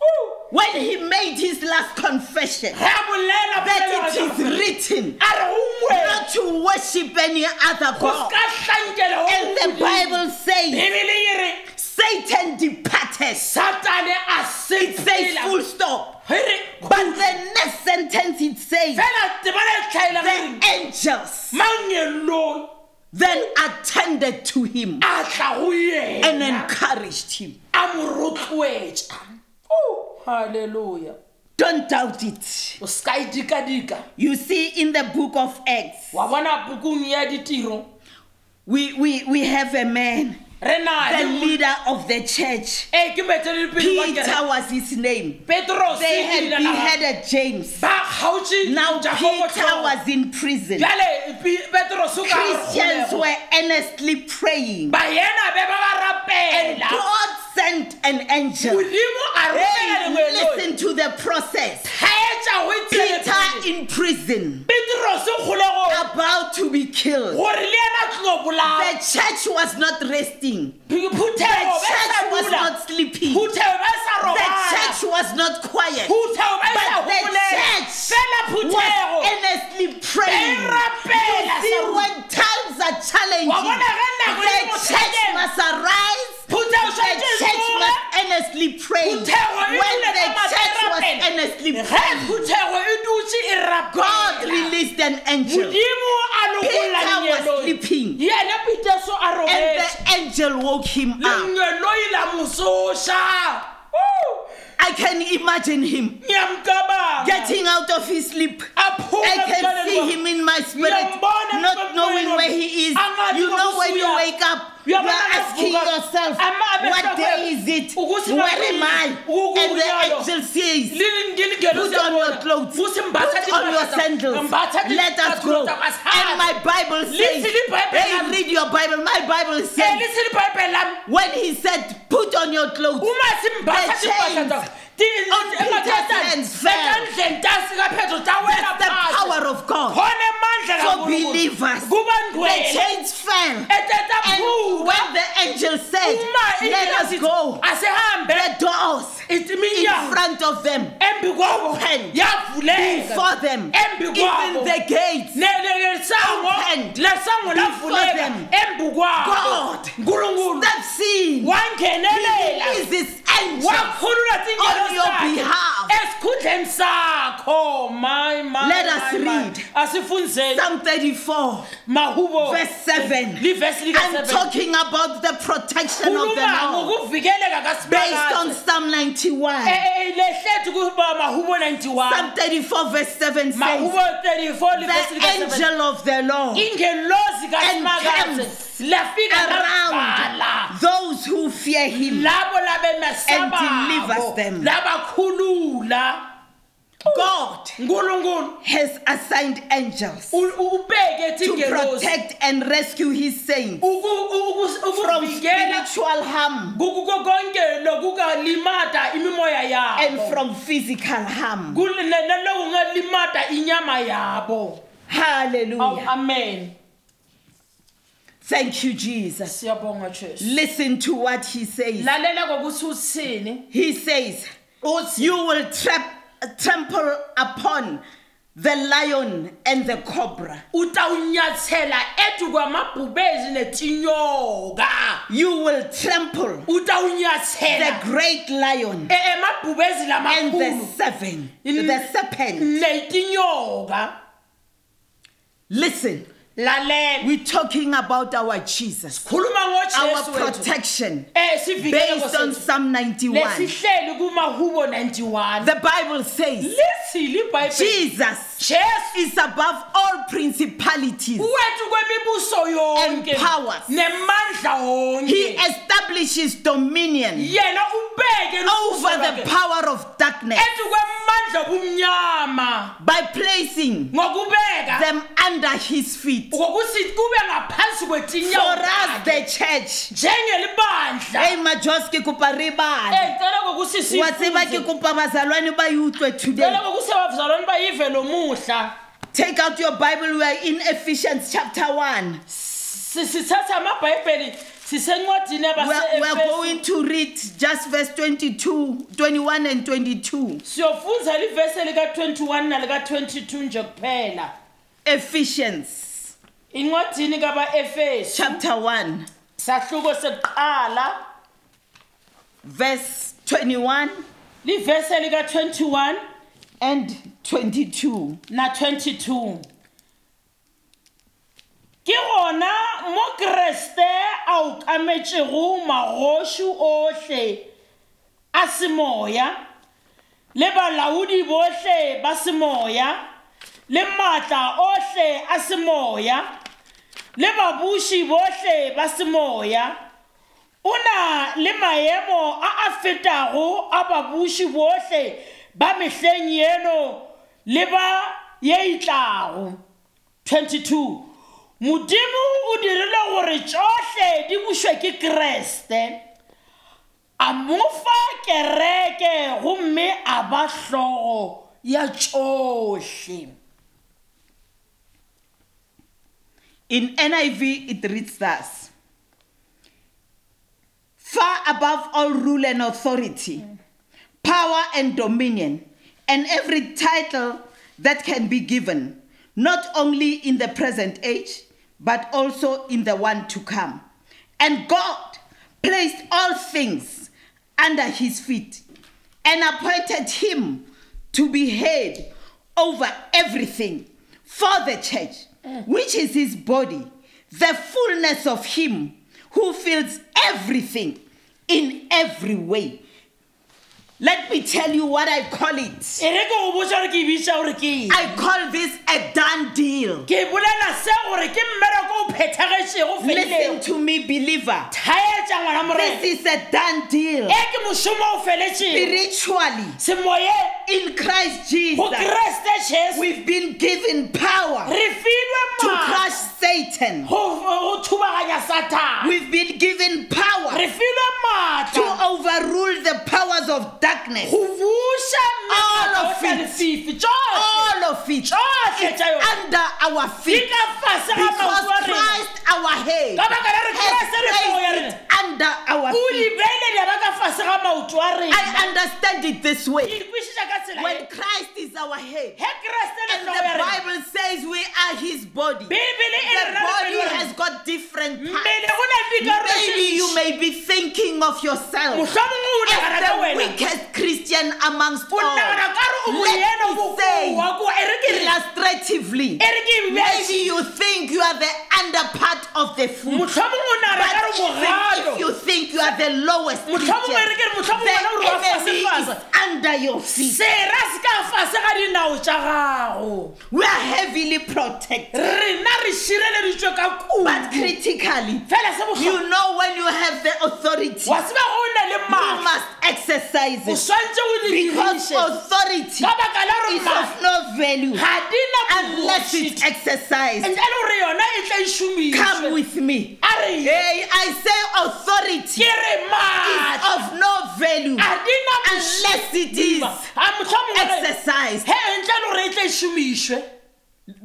Speaker 2: Woo!
Speaker 1: When he made his last confession
Speaker 2: ge a bolela
Speaker 1: that
Speaker 2: polelo
Speaker 1: it
Speaker 2: ya-
Speaker 1: is written
Speaker 2: a re ongwe
Speaker 1: not to worship any other
Speaker 2: go
Speaker 1: God.
Speaker 2: ka hlankela ho
Speaker 1: And the
Speaker 2: Modimo.
Speaker 1: Bible says
Speaker 2: bibele e re
Speaker 1: Satan departed.
Speaker 2: satane a
Speaker 1: It says
Speaker 2: sepela
Speaker 1: full stop.
Speaker 2: Ho re
Speaker 1: But the next sentence it says
Speaker 2: fela tebana e tlhaela e
Speaker 1: the angels
Speaker 2: mangelong
Speaker 1: then attended to him
Speaker 2: a tla go
Speaker 1: and
Speaker 2: yena
Speaker 1: encouraged him.
Speaker 2: a mo rotloetsa halleluja
Speaker 1: Don't doubt it.
Speaker 2: o seka e idikadika
Speaker 1: You see, in the book of Acts,
Speaker 2: wa bona bukung ya ditiro
Speaker 1: we, we, we have a man,
Speaker 2: re na
Speaker 1: the
Speaker 2: le mo-
Speaker 1: leader of the church.
Speaker 2: ee ke moeteledipele wa
Speaker 1: Peter
Speaker 2: kere
Speaker 1: was his name.
Speaker 2: petros
Speaker 1: They had
Speaker 2: leina la gagwe.
Speaker 1: beheaded James.
Speaker 2: ba kgaotse
Speaker 1: Now
Speaker 2: Jakobo
Speaker 1: Peter
Speaker 2: tlhogo.
Speaker 1: was in prison.
Speaker 2: jale Pe- petros o ka re
Speaker 1: Christians
Speaker 2: kgolego.
Speaker 1: were earnestly praying.
Speaker 2: baena be ba ba
Speaker 1: And
Speaker 2: rapela
Speaker 1: God sent an angel.
Speaker 2: modimo a
Speaker 1: Hey,
Speaker 2: romela
Speaker 1: listen to the process.
Speaker 2: leetsa go e
Speaker 1: Peter in prison,
Speaker 2: peterose kgolego
Speaker 1: about to be killed.
Speaker 2: gore le ena tlo
Speaker 1: The
Speaker 2: bolao
Speaker 1: church was not resting. The
Speaker 2: phutheo ba e sa
Speaker 1: church was
Speaker 2: dula
Speaker 1: not sleeping. The
Speaker 2: phutheo ba e sa robala
Speaker 1: church was not quiet.
Speaker 2: phutheo ba e sa
Speaker 1: But the
Speaker 2: gopolela
Speaker 1: church
Speaker 2: fela
Speaker 1: was
Speaker 2: phuthego
Speaker 1: earnestly
Speaker 2: e
Speaker 1: praying.
Speaker 2: rapela
Speaker 1: See,
Speaker 2: sa-
Speaker 1: when times are
Speaker 2: Wa
Speaker 1: challenging,
Speaker 2: bona ge nako e le
Speaker 1: the church
Speaker 2: bothateng,
Speaker 1: must arise.
Speaker 2: phutheo
Speaker 1: The
Speaker 2: santse e
Speaker 1: church
Speaker 2: tsoga.
Speaker 1: must earnestly pray. When
Speaker 2: Phuthego e dule
Speaker 1: the
Speaker 2: ka
Speaker 1: church was
Speaker 2: materapele.
Speaker 1: earnestly
Speaker 2: ge
Speaker 1: praying,
Speaker 2: phuthego e dutse e
Speaker 1: God
Speaker 2: rapela
Speaker 1: released an angel.
Speaker 2: modimo a lokolola
Speaker 1: Peter was sleeping.
Speaker 2: lenyeloi yene peteso a
Speaker 1: And
Speaker 2: robetse
Speaker 1: the angel woke him up.
Speaker 2: lenyeloi la mosoša Woo!
Speaker 1: I can imagine him
Speaker 2: ngiyamcabanga
Speaker 1: getting out of his sleep.
Speaker 2: aphuma
Speaker 1: I can see
Speaker 2: emqaleni
Speaker 1: him in my spirit,
Speaker 2: Ngiyambona
Speaker 1: not knowing
Speaker 2: emqaleni
Speaker 1: where he is.
Speaker 2: Angazi
Speaker 1: You know, when you
Speaker 2: kwakusuya.
Speaker 1: wake up, you are
Speaker 2: Uyabona
Speaker 1: asking
Speaker 2: akavuka.
Speaker 1: yourself,
Speaker 2: Ama- abeswa
Speaker 1: What day is
Speaker 2: kwakhe.
Speaker 1: it?
Speaker 2: Ukuthi
Speaker 1: Where
Speaker 2: bakuyini?
Speaker 1: am I?
Speaker 2: Ukubuya
Speaker 1: And the
Speaker 2: yayo.
Speaker 1: angel says,
Speaker 2: Lili ngilingelo
Speaker 1: Put on
Speaker 2: siyabona.
Speaker 1: your clothes.
Speaker 2: Futhi mbatha
Speaker 1: Put on your
Speaker 2: timpahla-
Speaker 1: sandals.
Speaker 2: mbatha
Speaker 1: Let us
Speaker 2: timpahla
Speaker 1: go.
Speaker 2: zakwaSihari.
Speaker 1: And my Bible says,
Speaker 2: Lithi libhayibheli
Speaker 1: hey,
Speaker 2: lami.
Speaker 1: read your Bible. My Bible
Speaker 2: Eh,
Speaker 1: says,
Speaker 2: lithi libhayibheli lami
Speaker 1: when he said, put on your clothes,
Speaker 2: uma simbatha
Speaker 1: The
Speaker 2: timpahla
Speaker 1: chains
Speaker 2: zakho, ti-
Speaker 1: on
Speaker 2: ti-
Speaker 1: Peter's
Speaker 2: emathatani,
Speaker 1: hands fell.
Speaker 2: etandleni tasi kaPetro
Speaker 1: that's
Speaker 2: tawela
Speaker 1: the
Speaker 2: phansi.
Speaker 1: power of God.
Speaker 2: Khona emandla
Speaker 1: For
Speaker 2: kaNkulunkulu.
Speaker 1: believers,
Speaker 2: kuba
Speaker 1: The
Speaker 2: ndwele
Speaker 1: chains fell. And
Speaker 2: etetaphuka
Speaker 1: when the angel said,
Speaker 2: uma
Speaker 1: let us go,
Speaker 2: asihambe
Speaker 1: the doors in
Speaker 2: iminyango
Speaker 1: front of them,
Speaker 2: embi kwabo
Speaker 1: Open.
Speaker 2: yavuleka
Speaker 1: before them,
Speaker 2: Embi
Speaker 1: even
Speaker 2: kwabo.
Speaker 1: the gates,
Speaker 2: Ne- ne- lesango
Speaker 1: Open.
Speaker 2: lesango
Speaker 1: Before
Speaker 2: lavuleka
Speaker 1: them.
Speaker 2: embi kwabo
Speaker 1: God.
Speaker 2: nkulunkulu
Speaker 1: steps in.
Speaker 2: wangenelela
Speaker 1: He is his angel.
Speaker 2: wakhulula
Speaker 1: On your behalf.
Speaker 2: esikhundleni sakho my my,
Speaker 1: Let us
Speaker 2: my, my.
Speaker 1: read.
Speaker 2: asifunzeni
Speaker 1: Psalm 34,
Speaker 2: mahubo
Speaker 1: verse 7.
Speaker 2: livesi
Speaker 1: I'm talking about the protection of the Lord
Speaker 2: ngokuvikeleka
Speaker 1: based on
Speaker 2: kasibekade
Speaker 1: Psalm 91.
Speaker 2: Eh, eh, lehle tikuba mahubo 91
Speaker 1: Psalm 34, verse 7 says,
Speaker 2: mahubo 34 livesi
Speaker 1: The
Speaker 2: lika
Speaker 1: angel of the Lord
Speaker 2: ingelozi kasimakazi
Speaker 1: Encamps
Speaker 2: lafika lavala
Speaker 1: around those who fear him.
Speaker 2: labo
Speaker 1: And delivers
Speaker 2: labemesababo
Speaker 1: them.
Speaker 2: labakhulula
Speaker 1: God
Speaker 2: nkulunkulu
Speaker 1: has assigned angels
Speaker 2: u- u- ubeke ethi
Speaker 1: to
Speaker 2: ingelozi
Speaker 1: protect and rescue his saints
Speaker 2: uku- uku-
Speaker 1: from
Speaker 2: ukuvikela
Speaker 1: spiritual harm
Speaker 2: kukuko konke lokungalimata imimoya
Speaker 1: and
Speaker 2: yabo
Speaker 1: from physical harm.
Speaker 2: Kul- ne- ne- lokungalimata inyama yabo Aw- Oh, ah.
Speaker 1: Hallelujah.
Speaker 2: amen
Speaker 1: Thank you, Jesus.
Speaker 2: siyabonga jesu
Speaker 1: Listen to what he says.
Speaker 2: lalela kokuthi uthini
Speaker 1: He says, You will trap, trample upon the lion and the cobra.
Speaker 2: utawunyathela edu kwamabhubezi netinyoka
Speaker 1: You will trample the
Speaker 2: utawunyathela
Speaker 1: great lion
Speaker 2: e- emabhubezi
Speaker 1: and the
Speaker 2: lamakhulu
Speaker 1: seven,
Speaker 2: In-
Speaker 1: the serpent.
Speaker 2: netinyoka
Speaker 1: Listen,
Speaker 2: lalela
Speaker 1: we're talking about our Jesus,
Speaker 2: khuluma
Speaker 1: our
Speaker 2: ngojesu wethu
Speaker 1: protection,
Speaker 2: eh sivikele
Speaker 1: based on
Speaker 2: Nkosi yethu.
Speaker 1: Psalm 91.
Speaker 2: lesihleli kumahubo 91
Speaker 1: The Bible says,
Speaker 2: lithi libhayibheli
Speaker 1: Jesus
Speaker 2: jesu
Speaker 1: is above all principalities.
Speaker 2: wethu kwemibuso yonke
Speaker 1: And powers.
Speaker 2: nemandla
Speaker 1: He
Speaker 2: wonke
Speaker 1: establishes dominion
Speaker 2: yena ubeke
Speaker 1: over the power of darkness
Speaker 2: ethi kwemandla kumnyama
Speaker 1: by placing
Speaker 2: ngokubeka
Speaker 1: them under his feet.
Speaker 2: ngokuthi kube ngaphansi
Speaker 1: For
Speaker 2: kwetinyawo
Speaker 1: us,
Speaker 2: zakhe.
Speaker 1: the church.
Speaker 2: njengelibandla
Speaker 1: Hey, Majoski Kuparibal.
Speaker 2: ecela kokuthi
Speaker 1: Wa tseba ke
Speaker 2: sifunde.
Speaker 1: kopa bazalwane ba e utlwe
Speaker 2: Cela
Speaker 1: today
Speaker 2: kokuthi abazalwane bayive lo muhla
Speaker 1: take out your bible we are in ephesians chapter 1
Speaker 2: Si- sithatha amabhayibheli
Speaker 1: we
Speaker 2: sisencwadini
Speaker 1: are, we are
Speaker 2: abase
Speaker 1: going to read just verse 22 21 and 22
Speaker 2: siyofunza livesi lika-21 nalika-22 nje kuphela
Speaker 1: ephesians
Speaker 2: incwadini kabaefeso
Speaker 1: chapter 1
Speaker 2: sahluko sekuqala
Speaker 1: verse 21
Speaker 2: livesi lika-21
Speaker 1: and 22
Speaker 2: na-22 ke gona mo kreste a okametšego magoši ohle a semoya le balaodi bohle ba semoya le maatla ohle a semoya le babuši bohle ba semoya o na le maemo a a fetago a babuši bohle ba mehleng yeno le ba ye itlago 22 modimo o dirile gore tsohle di bušwe ke kreste a mo fa kereke gomme a ba hlogo ya tsohle
Speaker 1: in niv it reads thus far above all rule and authority power and dominion, and every title that can be given, not only in the present age, but also in the one to come. And God placed all things under his feet and appointed him to be head over everything for the church, which is his body, the fullness of him who fills everything in every way. Let me tell you what I call it.
Speaker 2: e re ke go botsa gore ke bitša gore ke eng?
Speaker 1: I call this a done deal.
Speaker 2: ke bolela se gore ke mmereko o phethagetšego
Speaker 1: Listen
Speaker 2: felelego
Speaker 1: to me, believer.
Speaker 2: thaetsa
Speaker 1: This
Speaker 2: ngwana morena
Speaker 1: is a done deal.
Speaker 2: e ke mošomo o feletšego
Speaker 1: Spiritually,
Speaker 2: semoye
Speaker 1: in Christ
Speaker 2: go
Speaker 1: Jesus,
Speaker 2: kreste jesu
Speaker 1: we've been given power
Speaker 2: re filwe
Speaker 1: to
Speaker 2: ma
Speaker 1: crush Satan.
Speaker 2: go go thubaganya satana
Speaker 1: We've been given power
Speaker 2: re filwe
Speaker 1: to
Speaker 2: maatla
Speaker 1: overrule the powers of darkness.
Speaker 2: go buša
Speaker 1: All of it.
Speaker 2: lefifi tsotlhe
Speaker 1: All of it
Speaker 2: tsotlhe
Speaker 1: is
Speaker 2: tša yona
Speaker 1: under our
Speaker 2: di
Speaker 1: feet
Speaker 2: ka fase ga
Speaker 1: because
Speaker 2: maoto a rena
Speaker 1: Christ, our head,
Speaker 2: Ka baka la re Kreste re hloho ya
Speaker 1: has
Speaker 2: rena.
Speaker 1: placed it under our
Speaker 2: o
Speaker 1: feet.
Speaker 2: di beile di aba ka fase ga maoto a rena
Speaker 1: I understand it this way.
Speaker 2: ke kwešiša ka tsela
Speaker 1: When
Speaker 2: e.
Speaker 1: Christ is our head,
Speaker 2: he kreste le
Speaker 1: and
Speaker 2: hlogo ya
Speaker 1: the
Speaker 2: rena
Speaker 1: Bible says we are his body, the
Speaker 2: bibele e re rata pelo
Speaker 1: body
Speaker 2: ya
Speaker 1: has
Speaker 2: rena.
Speaker 1: got different parts.
Speaker 2: mmele go na le dikarolo tše
Speaker 1: Maybe you
Speaker 2: ntši.
Speaker 1: may be thinking of yourself
Speaker 2: mohlomongwe o nagana
Speaker 1: as
Speaker 2: ka
Speaker 1: the
Speaker 2: wena
Speaker 1: weakest Christian amongst
Speaker 2: o
Speaker 1: all.
Speaker 2: nagana ka re o moyena
Speaker 1: Let me
Speaker 2: bokoa
Speaker 1: say
Speaker 2: koa e re ke re
Speaker 1: illustratively,
Speaker 2: e re ke e
Speaker 1: maybe
Speaker 2: bea-
Speaker 1: you think you are the underpart of the food.
Speaker 2: mohlomongwe o nagana
Speaker 1: But
Speaker 2: ka re
Speaker 1: even
Speaker 2: mogalo
Speaker 1: if you think you are the lowest
Speaker 2: mohlomongwe
Speaker 1: Christian,
Speaker 2: e re ke re mohlomongwe
Speaker 1: the
Speaker 2: wena o re wa
Speaker 1: enemy is
Speaker 2: fasefasa
Speaker 1: under under your feet.
Speaker 2: sera se ka fase ga dinao tša gago
Speaker 1: We are heavily protected.
Speaker 2: rena re šireleditšwe ka
Speaker 1: But
Speaker 2: kudu
Speaker 1: critically,
Speaker 2: fela se bohlokwa-
Speaker 1: you know when you have the authority,
Speaker 2: wa seba go na le
Speaker 1: you
Speaker 2: maatla
Speaker 1: must exercise
Speaker 2: o
Speaker 1: it.
Speaker 2: swantse o di
Speaker 1: Because
Speaker 2: diriše.
Speaker 1: authority
Speaker 2: ka baka la gore
Speaker 1: is
Speaker 2: maatla
Speaker 1: of no value
Speaker 2: ga di na
Speaker 1: unless
Speaker 2: bogoši.
Speaker 1: it's exercised.
Speaker 2: ntle le gore yona e tla e
Speaker 1: Come
Speaker 2: šomišwe
Speaker 1: with me.
Speaker 2: a re ye.
Speaker 1: Hey, I say authority
Speaker 2: ke re
Speaker 1: is
Speaker 2: maatla
Speaker 1: of no value
Speaker 2: a di na
Speaker 1: unless it is
Speaker 2: motlhomonghe
Speaker 1: exercised.
Speaker 2: ntle le gore e tla e šomišwe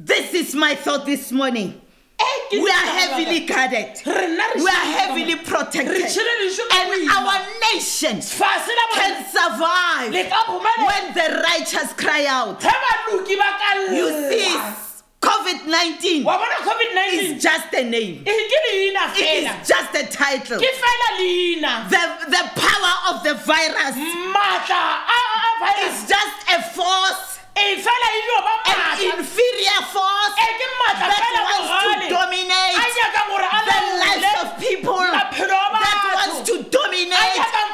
Speaker 1: This is my thought this morning.
Speaker 2: Eh, ke
Speaker 1: We are
Speaker 2: ditaba-
Speaker 1: heavily guarded.
Speaker 2: rena re
Speaker 1: We are
Speaker 2: šireleditšwe ka
Speaker 1: heavily protected.
Speaker 2: Retshireletswe ka
Speaker 1: And
Speaker 2: boima.
Speaker 1: our nation
Speaker 2: fase la bone
Speaker 1: can survive
Speaker 2: le ka bomelela
Speaker 1: when the righteous cry out.
Speaker 2: ge baluki ba ka
Speaker 1: You see,
Speaker 2: lela
Speaker 1: COVID 19
Speaker 2: wa bona covid-19
Speaker 1: is just a name,
Speaker 2: e ke leina
Speaker 1: it
Speaker 2: fela
Speaker 1: is just a title.
Speaker 2: ke fela leina
Speaker 1: The, the power of the virus
Speaker 2: maatla a a virus
Speaker 1: is just a force,
Speaker 2: e fela e dio ba
Speaker 1: an
Speaker 2: maatla
Speaker 1: inferior force
Speaker 2: e ke maatla fela
Speaker 1: that wants to
Speaker 2: bogale a
Speaker 1: dominate
Speaker 2: nyaka gore a
Speaker 1: the lives
Speaker 2: laole
Speaker 1: of people
Speaker 2: maphelo a
Speaker 1: that
Speaker 2: batho
Speaker 1: wants to dominate and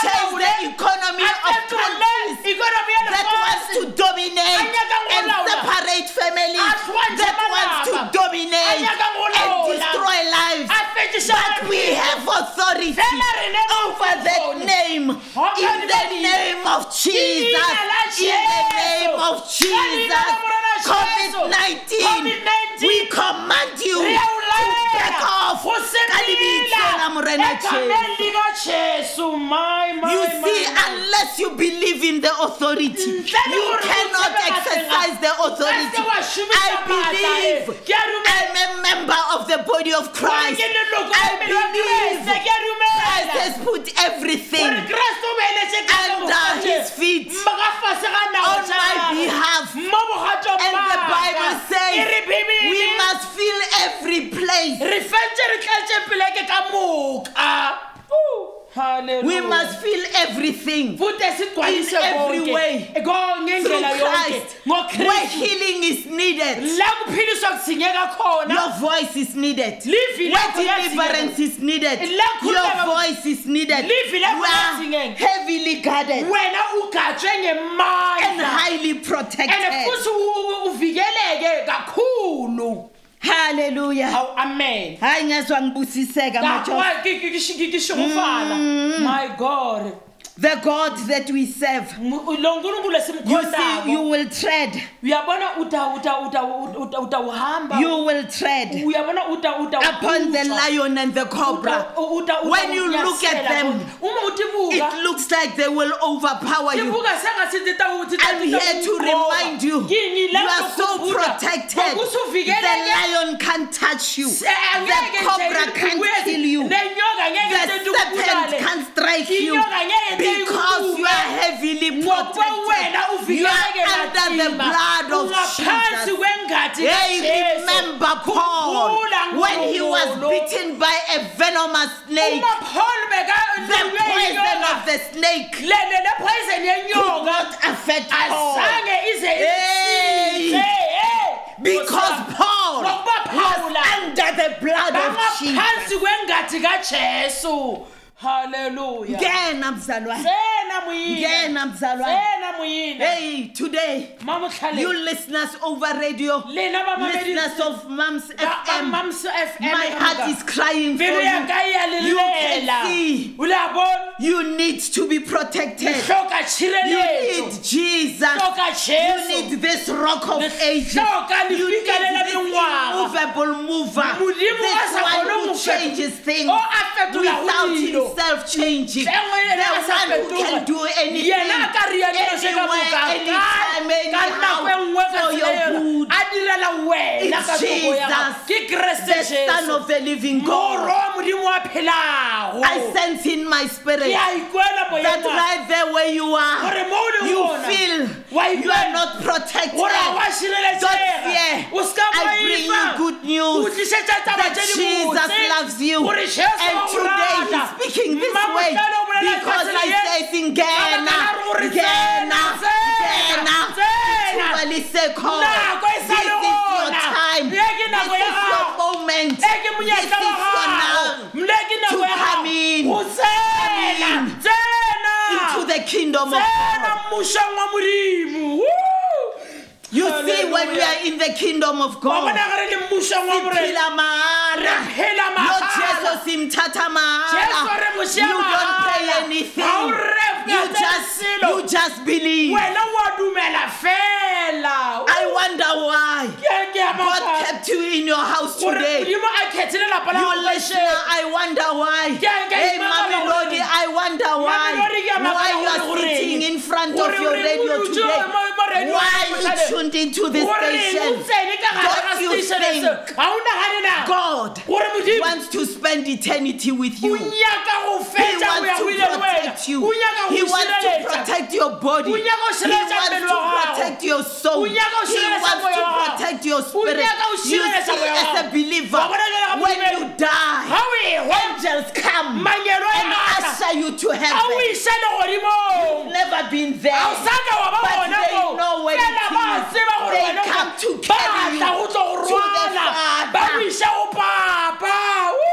Speaker 1: change the economy
Speaker 2: a
Speaker 1: of
Speaker 2: fetole
Speaker 1: countries
Speaker 2: ikonomi ya
Speaker 1: that wants to
Speaker 2: lefatshe
Speaker 1: dominate and
Speaker 2: Ayakangolaula.
Speaker 1: separate families
Speaker 2: Atwanje
Speaker 1: that wants to
Speaker 2: malapa.
Speaker 1: dominate and
Speaker 2: Ayakangolaula.
Speaker 1: destroy lives
Speaker 2: a fetiša
Speaker 1: but we have authority
Speaker 2: Fela rena re
Speaker 1: over that
Speaker 2: bokgoni.
Speaker 1: name in
Speaker 2: Hokane
Speaker 1: the
Speaker 2: badimo.
Speaker 1: name of Jesus
Speaker 2: leina la
Speaker 1: in the
Speaker 2: Jesu.
Speaker 1: name of
Speaker 2: Ka leina
Speaker 1: Jesus
Speaker 2: la morena Jesu.
Speaker 1: COVID-19
Speaker 2: COVID-19.
Speaker 1: we command you
Speaker 2: Re a o
Speaker 1: to
Speaker 2: laela.
Speaker 1: back off
Speaker 2: Go
Speaker 1: ka lebitso
Speaker 2: sepela.
Speaker 1: la morena
Speaker 2: E
Speaker 1: Jesu
Speaker 2: kamedi ka Jesu, Oh, my, my,
Speaker 1: you
Speaker 2: my,
Speaker 1: see,
Speaker 2: my.
Speaker 1: unless you believe in the authority,
Speaker 2: Ntle le
Speaker 1: you
Speaker 2: gore o
Speaker 1: cannot
Speaker 2: tsebe mathata.
Speaker 1: exercise the authority.
Speaker 2: Ka se wa
Speaker 1: I
Speaker 2: šomiša maatla,
Speaker 1: believe
Speaker 2: eh. Ke a dumela.
Speaker 1: I'm a member of the body of
Speaker 2: Gore
Speaker 1: Christ.
Speaker 2: ke leloko la
Speaker 1: I
Speaker 2: mmele wa
Speaker 1: believe
Speaker 2: Kreste, ke a
Speaker 1: Christ
Speaker 2: dumela.
Speaker 1: has put
Speaker 2: Gore
Speaker 1: everything
Speaker 2: Kreste o beeletše ka ka
Speaker 1: Under
Speaker 2: bogatše.
Speaker 1: his feet.
Speaker 2: Mma ka fase ga nao
Speaker 1: on
Speaker 2: tša
Speaker 1: my
Speaker 2: gagwe.
Speaker 1: behalf.
Speaker 2: Mo bogatšong
Speaker 1: And the
Speaker 2: ba
Speaker 1: Bible
Speaker 2: ka. E re
Speaker 1: says
Speaker 2: Bibele,
Speaker 1: we must fill every place.
Speaker 2: re fetse re tlatše poleke ka moka
Speaker 1: We must fill everything
Speaker 2: futhi sigcwalise
Speaker 1: In every
Speaker 2: konke.
Speaker 1: way.
Speaker 2: E- konke,
Speaker 1: through
Speaker 2: ngendlela yonke
Speaker 1: Christ where
Speaker 2: ngokristu
Speaker 1: healing is needed.
Speaker 2: la kuphiliswa kudingeka khona
Speaker 1: Your voice is needed.
Speaker 2: Livi
Speaker 1: Where
Speaker 2: lakho
Speaker 1: deliverance is needed.
Speaker 2: Lakho
Speaker 1: Your
Speaker 2: laba-
Speaker 1: voice is needed.
Speaker 2: Livi
Speaker 1: We
Speaker 2: lakho
Speaker 1: are
Speaker 2: lazingeke.
Speaker 1: heavily guarded
Speaker 2: wena ugatshwe
Speaker 1: and
Speaker 2: ngemandla
Speaker 1: highly
Speaker 2: and
Speaker 1: protected.
Speaker 2: futhi u- u- uvikeleke kakhulu
Speaker 1: Hallelujah.
Speaker 2: awu amen
Speaker 1: Hayi ngezwa ngibusiseka majosi.
Speaker 2: kishingufana my god
Speaker 1: The God that we serve.
Speaker 2: M- lo nkulunkulu
Speaker 1: You see, you
Speaker 2: esimkhonzako
Speaker 1: will tread.
Speaker 2: uyabona uta- uta- uta- uta- uta- utawuhamba
Speaker 1: You will tread
Speaker 2: uyabona uta- uta-
Speaker 1: upon the
Speaker 2: utshwa.
Speaker 1: lion and the cobra.
Speaker 2: Uta- uta- uta-
Speaker 1: When you look at
Speaker 2: unyasela
Speaker 1: them,
Speaker 2: konke. uma
Speaker 1: It
Speaker 2: utibuka
Speaker 1: looks like they will overpower you.
Speaker 2: tibuka sengathi zita- zita-
Speaker 1: I'm
Speaker 2: zita-
Speaker 1: here to
Speaker 2: zita-
Speaker 1: remind you,
Speaker 2: Yini
Speaker 1: you
Speaker 2: la
Speaker 1: are so
Speaker 2: kukubuda,
Speaker 1: protected.
Speaker 2: ngokuthi
Speaker 1: The
Speaker 2: uvikeleke,
Speaker 1: lion can't touch you.
Speaker 2: se-
Speaker 1: The
Speaker 2: angeke Eh, nje
Speaker 1: cobra
Speaker 2: ikubulale,
Speaker 1: can't kill you. The
Speaker 2: nenyoka ngeke nje
Speaker 1: serpent
Speaker 2: ikubulale.
Speaker 1: can't strike you
Speaker 2: Inyoka ngeke nje
Speaker 1: because you are
Speaker 2: ikubulale.
Speaker 1: heavily
Speaker 2: Ngoba wena
Speaker 1: protected. You
Speaker 2: uvikeleke
Speaker 1: are under the
Speaker 2: lathina.
Speaker 1: blood of
Speaker 2: Ungaphansi
Speaker 1: Jesus.
Speaker 2: kwengathi
Speaker 1: Hey,
Speaker 2: kaJesu.
Speaker 1: remember Paul
Speaker 2: Khumbula
Speaker 1: when he was
Speaker 2: ngoNkulunkulu.
Speaker 1: bitten by a venomous snake.
Speaker 2: Uma Paul beka-
Speaker 1: The
Speaker 2: lwe-
Speaker 1: poison
Speaker 2: inyoka,
Speaker 1: of the snake
Speaker 2: le- le- le poison
Speaker 1: could
Speaker 2: yenyoka
Speaker 1: not affect Paul
Speaker 2: azange ize
Speaker 1: Hey.
Speaker 2: imthinze, hey.
Speaker 1: because
Speaker 2: Ngoba-
Speaker 1: Paul
Speaker 2: ngokuba
Speaker 1: was
Speaker 2: Phawula
Speaker 1: under the blood of Jesus.
Speaker 2: bangaphansi kwengathi kajesu halleluya
Speaker 1: Ngena mzalwane.
Speaker 2: sena muyina
Speaker 1: Ngena mzalwane.
Speaker 2: sena muyina
Speaker 1: Hey, today you
Speaker 2: mamutlhale
Speaker 1: listeners over radio,
Speaker 2: lena
Speaker 1: listeners
Speaker 2: bamamedimams
Speaker 1: of Mums FM,
Speaker 2: fm
Speaker 1: my heart is crying for
Speaker 2: pelo ya
Speaker 1: you.
Speaker 2: ka ya
Speaker 1: You
Speaker 2: lelela
Speaker 1: can see.
Speaker 2: o le a bona
Speaker 1: You need to be
Speaker 2: le
Speaker 1: protected.
Speaker 2: hloka
Speaker 1: You
Speaker 2: tshireletso
Speaker 1: need Jesus.
Speaker 2: hloka
Speaker 1: You
Speaker 2: jesu
Speaker 1: need this rock of
Speaker 2: Le
Speaker 1: ages.
Speaker 2: hloka
Speaker 1: You need
Speaker 2: lefikelela
Speaker 1: this
Speaker 2: mengwaga.
Speaker 1: immovable mover.
Speaker 2: Modimo a
Speaker 1: This
Speaker 2: sa
Speaker 1: one
Speaker 2: kgone
Speaker 1: who
Speaker 2: ho feto-
Speaker 1: changes things.
Speaker 2: o a fetola
Speaker 1: without
Speaker 2: dilo
Speaker 1: himself changing. The
Speaker 2: Tsengo yena a sa
Speaker 1: one who
Speaker 2: fetoga.
Speaker 1: can do anything,
Speaker 2: yena a ka rialelo se ka
Speaker 1: anywhere,
Speaker 2: bokae,
Speaker 1: anytime,
Speaker 2: ka nako e
Speaker 1: anyhow,
Speaker 2: nngwe ka
Speaker 1: for
Speaker 2: tsela
Speaker 1: your
Speaker 2: eno,
Speaker 1: good.
Speaker 2: a direla wena
Speaker 1: It's
Speaker 2: ka toko ya gago
Speaker 1: Jesus,
Speaker 2: ke
Speaker 1: The
Speaker 2: keresete
Speaker 1: Son
Speaker 2: jesu
Speaker 1: of the Living
Speaker 2: moro
Speaker 1: God.
Speaker 2: wa modimo wa phelago
Speaker 1: I sense in my spirit
Speaker 2: ke a ikuela
Speaker 1: that
Speaker 2: moyema
Speaker 1: right there where you are,
Speaker 2: gore mo o le
Speaker 1: you
Speaker 2: gona wa
Speaker 1: feel you are
Speaker 2: ikuela
Speaker 1: not protected.
Speaker 2: gore a wa
Speaker 1: Don't
Speaker 2: sireletsega
Speaker 1: fear.
Speaker 2: o seka
Speaker 1: I bring you
Speaker 2: boifa
Speaker 1: good news.
Speaker 2: utlisetsa taba
Speaker 1: that
Speaker 2: tse
Speaker 1: Jesus loves you. And today he's speaking this way because I said in Ghana, Ghena, Ghena, Tuba Liseko,
Speaker 2: Nako e sa
Speaker 1: this
Speaker 2: le
Speaker 1: is your
Speaker 2: gona.
Speaker 1: time,
Speaker 2: Ye ke
Speaker 1: this
Speaker 2: nako ya
Speaker 1: is your
Speaker 2: gago.
Speaker 1: moment, this is your now. to come in,
Speaker 2: to
Speaker 1: to come in into the kingdom of God.
Speaker 2: tsena musha wa modimo
Speaker 1: You see, when we are in the kingdom of God,
Speaker 2: bonagare le musha wa morena
Speaker 1: phila mahala.
Speaker 2: Re phela
Speaker 1: Lord
Speaker 2: mahala.
Speaker 1: Jesus imthatha
Speaker 2: Jesu
Speaker 1: mahala.
Speaker 2: re mo shea
Speaker 1: You don't pray
Speaker 2: mahala.
Speaker 1: anything.
Speaker 2: Ha o refa
Speaker 1: You
Speaker 2: tse
Speaker 1: just,
Speaker 2: selo.
Speaker 1: you just believe.
Speaker 2: wena wa dumela fela
Speaker 1: I wonder why
Speaker 2: Ke- ke a
Speaker 1: God
Speaker 2: makatsa.
Speaker 1: kept you in your house
Speaker 2: Gore
Speaker 1: today.
Speaker 2: Modimo a khethile lapa la
Speaker 1: You
Speaker 2: gago
Speaker 1: listener,
Speaker 2: kasheko.
Speaker 1: I wonder why.
Speaker 2: Ke- ke
Speaker 1: Hey,
Speaker 2: imamela
Speaker 1: Mami
Speaker 2: gore-
Speaker 1: Lodi, I wonder
Speaker 2: Lodi,
Speaker 1: why.
Speaker 2: ke a makala
Speaker 1: Why you
Speaker 2: gore
Speaker 1: are
Speaker 2: goreng?
Speaker 1: sitting in front of
Speaker 2: Gore
Speaker 1: your
Speaker 2: goreng
Speaker 1: radio
Speaker 2: o dutse
Speaker 1: today.
Speaker 2: mo- mo radio
Speaker 1: Why
Speaker 2: motlhaleng?
Speaker 1: you tuned into this
Speaker 2: Gore o
Speaker 1: station?
Speaker 2: tsene ka gare ga
Speaker 1: Don't you
Speaker 2: station
Speaker 1: think
Speaker 2: se? Ha o nagane na?
Speaker 1: God
Speaker 2: Gore Modimo
Speaker 1: wants to spend eternity with
Speaker 2: o
Speaker 1: you.
Speaker 2: nyaka go
Speaker 1: He
Speaker 2: fetsa go ya
Speaker 1: wants
Speaker 2: go ile le
Speaker 1: to
Speaker 2: wena.
Speaker 1: protect you.
Speaker 2: O nyaka go
Speaker 1: He wants to
Speaker 2: sireletsa.
Speaker 1: protect your body.
Speaker 2: O
Speaker 1: He
Speaker 2: nyaka ho sireletsa mmele wa
Speaker 1: wants
Speaker 2: gago.
Speaker 1: to protect your soul.
Speaker 2: O
Speaker 1: He
Speaker 2: nyaka ho sireletsa moya wa gago.
Speaker 1: wants to protect your
Speaker 2: O
Speaker 1: spirit.
Speaker 2: nyaka ho
Speaker 1: You see,
Speaker 2: sireletsa moya wa
Speaker 1: as a
Speaker 2: gago.
Speaker 1: believer,
Speaker 2: Wa bona jwale ka
Speaker 1: when
Speaker 2: modumedi.
Speaker 1: you die,
Speaker 2: Ha o e hwa,
Speaker 1: angels come
Speaker 2: manyelo e
Speaker 1: and
Speaker 2: ata.
Speaker 1: usher you to
Speaker 2: Ha o
Speaker 1: heaven.
Speaker 2: ise legodimong.
Speaker 1: Never been
Speaker 2: Ha o
Speaker 1: there.
Speaker 2: saka wa ba
Speaker 1: But
Speaker 2: gona
Speaker 1: they
Speaker 2: moo.
Speaker 1: know where
Speaker 2: Fela
Speaker 1: it
Speaker 2: ba
Speaker 1: is.
Speaker 2: tseba gore
Speaker 1: They
Speaker 2: wena o
Speaker 1: come
Speaker 2: ka-
Speaker 1: to
Speaker 2: ba
Speaker 1: carry you
Speaker 2: tla go tlo go
Speaker 1: to the
Speaker 2: rwala. Ba
Speaker 1: Father.
Speaker 2: go isa go papa. Woo!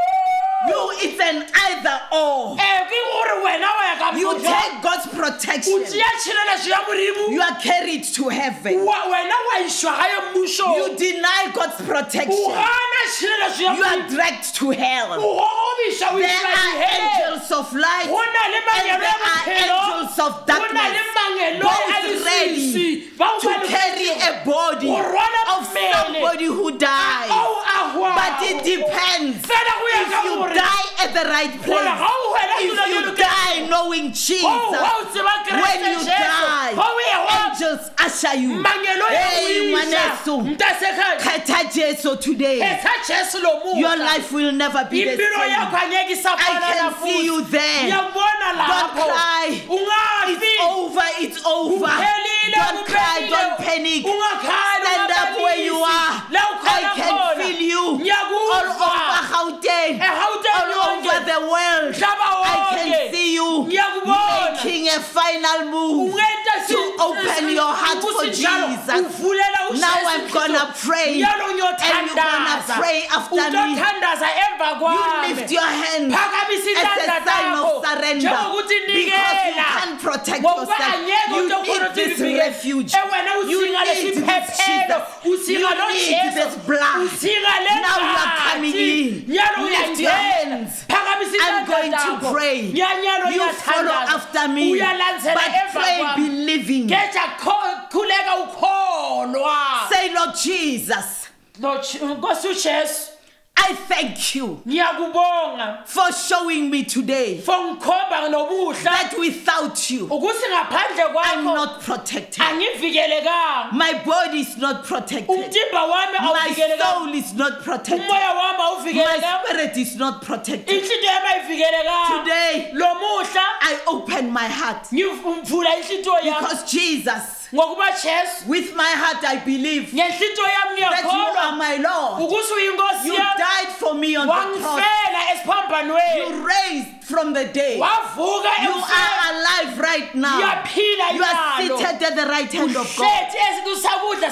Speaker 1: You, it's an either or.
Speaker 2: Eh, oh, ke gore wena wa ya ka
Speaker 1: You
Speaker 2: mokgwa.
Speaker 1: take God's
Speaker 2: o
Speaker 1: protection.
Speaker 2: tseya tshireletso ya
Speaker 1: You
Speaker 2: morimo
Speaker 1: are carried to heaven.
Speaker 2: Wa- wena wa iswa gae
Speaker 1: You
Speaker 2: mmusong
Speaker 1: deny God's
Speaker 2: o
Speaker 1: protection.
Speaker 2: gana tshireletso ya
Speaker 1: You are
Speaker 2: modimo
Speaker 1: dragged to hell.
Speaker 2: o gogobisa o
Speaker 1: There
Speaker 2: iswa
Speaker 1: are
Speaker 2: dihele
Speaker 1: angels of
Speaker 2: go
Speaker 1: light
Speaker 2: na le
Speaker 1: and
Speaker 2: manyelo
Speaker 1: there
Speaker 2: ya
Speaker 1: are angels
Speaker 2: bophelo
Speaker 1: of
Speaker 2: go na le
Speaker 1: darkness.
Speaker 2: mangelo a
Speaker 1: Both ready
Speaker 2: lesisi ba o
Speaker 1: to
Speaker 2: ba le
Speaker 1: carry a body
Speaker 2: Ho rwala
Speaker 1: of
Speaker 2: mmele.
Speaker 1: somebody who dies.
Speaker 2: ao a hwago.
Speaker 1: But it depends.
Speaker 2: Fela go ya
Speaker 1: If
Speaker 2: ka
Speaker 1: you
Speaker 2: gore
Speaker 1: die at the right
Speaker 2: gore ga
Speaker 1: place,
Speaker 2: o wena
Speaker 1: if
Speaker 2: tula jwalo
Speaker 1: you
Speaker 2: ka-
Speaker 1: die knowing Jesus,
Speaker 2: Ho- ha o tseba
Speaker 1: when
Speaker 2: Kreste
Speaker 1: you
Speaker 2: Jesu, ho o e
Speaker 1: die,
Speaker 2: hwa-
Speaker 1: angels usher you.
Speaker 2: mangelo ya ho
Speaker 1: Hey,
Speaker 2: isa
Speaker 1: ngwaneso,
Speaker 2: ntasekgadi
Speaker 1: kgetha Jesu today.
Speaker 2: etsa jesu lomusa
Speaker 1: Your life will never be the
Speaker 2: impilo yakho
Speaker 1: same. I
Speaker 2: angeke isafanana
Speaker 1: can see you there.
Speaker 2: ngiyakubona lapho
Speaker 1: cry.
Speaker 2: ungafi
Speaker 1: Over, it's over.
Speaker 2: Kuphelile,
Speaker 1: Don't cry,
Speaker 2: kuphelile.
Speaker 1: don't panic.
Speaker 2: ungakhali
Speaker 1: Stand up where you are.
Speaker 2: La ukhona
Speaker 1: I can
Speaker 2: khona.
Speaker 1: feel you all
Speaker 2: Ngiyakuzwa.
Speaker 1: over Gauteng,
Speaker 2: EGauteng
Speaker 1: all over
Speaker 2: Eh, yonke.
Speaker 1: the world.
Speaker 2: Mhlaba
Speaker 1: I
Speaker 2: wonke.
Speaker 1: can see you
Speaker 2: Ngiyakubona.
Speaker 1: making a final move.
Speaker 2: Ungenta si-
Speaker 1: to open your heart for
Speaker 2: ukuthi njalo
Speaker 1: Jesus.
Speaker 2: uvulela uJesu
Speaker 1: Now I'm
Speaker 2: Kristu.
Speaker 1: gonna pray
Speaker 2: Njalo
Speaker 1: and you're gonna
Speaker 2: uyothandaza.
Speaker 1: pray after me.
Speaker 2: Utothandaza emva
Speaker 1: You
Speaker 2: kwami.
Speaker 1: lift your hands
Speaker 2: Phakamisa
Speaker 1: as a
Speaker 2: izandla
Speaker 1: sign
Speaker 2: zakho.
Speaker 1: of surrender because
Speaker 2: Njengokuthi
Speaker 1: you
Speaker 2: nikela.
Speaker 1: can't protect
Speaker 2: Ngokuba
Speaker 1: yourself.
Speaker 2: angeke
Speaker 1: You
Speaker 2: utokhona
Speaker 1: need
Speaker 2: ukuthi
Speaker 1: this
Speaker 2: uzivikele.
Speaker 1: refuge.
Speaker 2: Eh, wena
Speaker 1: You
Speaker 2: usinga
Speaker 1: need
Speaker 2: lesi
Speaker 1: this
Speaker 2: phephelo.
Speaker 1: Jesus.
Speaker 2: Usinga
Speaker 1: You
Speaker 2: lo
Speaker 1: need
Speaker 2: Jesu.
Speaker 1: this blood.
Speaker 2: Usinga le
Speaker 1: Now you are
Speaker 2: ngathi.
Speaker 1: coming in.
Speaker 2: Nyalo
Speaker 1: Lift your
Speaker 2: uyangena.
Speaker 1: hands.
Speaker 2: Phakamisa
Speaker 1: I'm
Speaker 2: izandla
Speaker 1: going
Speaker 2: zakho.
Speaker 1: to pray.
Speaker 2: Nyanyalo
Speaker 1: You follow
Speaker 2: uyathandaza.
Speaker 1: after me,
Speaker 2: Uyalandzela
Speaker 1: but
Speaker 2: emva
Speaker 1: pray
Speaker 2: kwami.
Speaker 1: believing.
Speaker 2: Ngeja kho- khuleka ukholwa.
Speaker 1: Say, Lord Jesus,
Speaker 2: Lord, Nkosi uJesu,
Speaker 1: I thank you
Speaker 2: ngiyakubonga
Speaker 1: for showing me today
Speaker 2: for ngikhomba nobuhla
Speaker 1: that without you,
Speaker 2: ukuthi ngaphandle
Speaker 1: I'm
Speaker 2: kwakho
Speaker 1: not
Speaker 2: Ah.
Speaker 1: protected.
Speaker 2: angivikelekanga.
Speaker 1: My body is not protected.
Speaker 2: Umtimba wami
Speaker 1: My
Speaker 2: awuvikelekanga.
Speaker 1: soul is not protected.
Speaker 2: Umoya
Speaker 1: My
Speaker 2: wami awuvikelekanga.
Speaker 1: spirit is not protected.
Speaker 2: Inhliziyo yami ayivikelekanga.
Speaker 1: Today,
Speaker 2: Lo muhla
Speaker 1: I open my heart
Speaker 2: ngivula inhliziyo yami
Speaker 1: because Jesus,
Speaker 2: ngokuba Jesu
Speaker 1: with my heart, I believe
Speaker 2: ngenhliziyo yami
Speaker 1: that you are
Speaker 2: ngiyakholwa
Speaker 1: my Lord.
Speaker 2: ukuthi uyinkosi
Speaker 1: You
Speaker 2: yami.
Speaker 1: died for me on the cross.
Speaker 2: Wangifela esiphambanweni.
Speaker 1: You raised from the dead.
Speaker 2: Wavuka
Speaker 1: You
Speaker 2: emhlabeni.
Speaker 1: are alive right now.
Speaker 2: Uyaphila
Speaker 1: You are
Speaker 2: nyalo.
Speaker 1: seated at the right hand of God
Speaker 2: uhlethi esikusakudla
Speaker 1: and you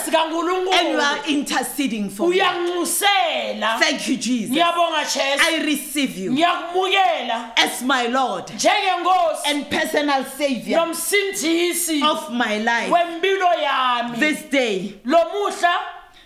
Speaker 2: sikankulunkulu
Speaker 1: are interceding for me.
Speaker 2: uyanxusela
Speaker 1: Thank you, Jesus.
Speaker 2: ngiyabonga jesu
Speaker 1: I receive you
Speaker 2: ngiyakumukela
Speaker 1: as my Lord
Speaker 2: njengenkosi
Speaker 1: and personal Savior
Speaker 2: nomsindisi
Speaker 1: of my life.
Speaker 2: wempilo yami
Speaker 1: This day,
Speaker 2: lo muhla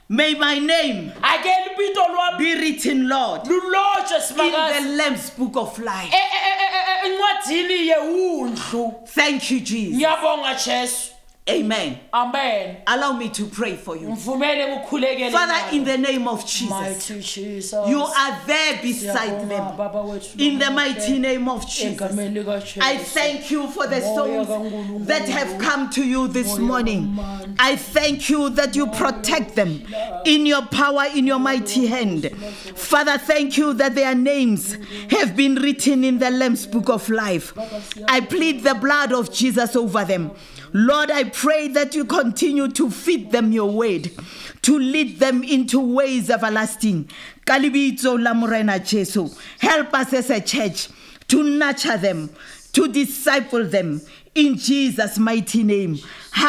Speaker 1: may my name
Speaker 2: ake libito lwami
Speaker 1: be written, Lord,
Speaker 2: lulotshwe
Speaker 1: in
Speaker 2: simakazi
Speaker 1: the Lamb's book of life.
Speaker 2: E- e- e- e- e- encwadini yewundlu
Speaker 1: Thank you, Jesus.
Speaker 2: ngiyabonga jesu
Speaker 1: Amen.
Speaker 2: amen
Speaker 1: Allow me to pray for you.
Speaker 2: mvumele kukhulekele
Speaker 1: Father, in
Speaker 2: nawe.
Speaker 1: the name of Jesus,
Speaker 2: Mighty Jesus.
Speaker 1: you are there beside
Speaker 2: Siyabonga
Speaker 1: them.
Speaker 2: baba wethu
Speaker 1: In the
Speaker 2: nomuhle.
Speaker 1: mighty name of Jesus.
Speaker 2: egameni likaJesu.
Speaker 1: I thank you for the souls that have come to you this morning. I thank you that you protect them in your power, in your mighty hand. Father, thank you that their names have been written in the Lamb's book of life. I plead the blood of Jesus over them. Lord, I pray that you continue to feed them your word, to lead them into ways everlasting. Ka lebitso la Morena Jesu, help us as a church to nurture them, to disciple them in Jesus' mighty name.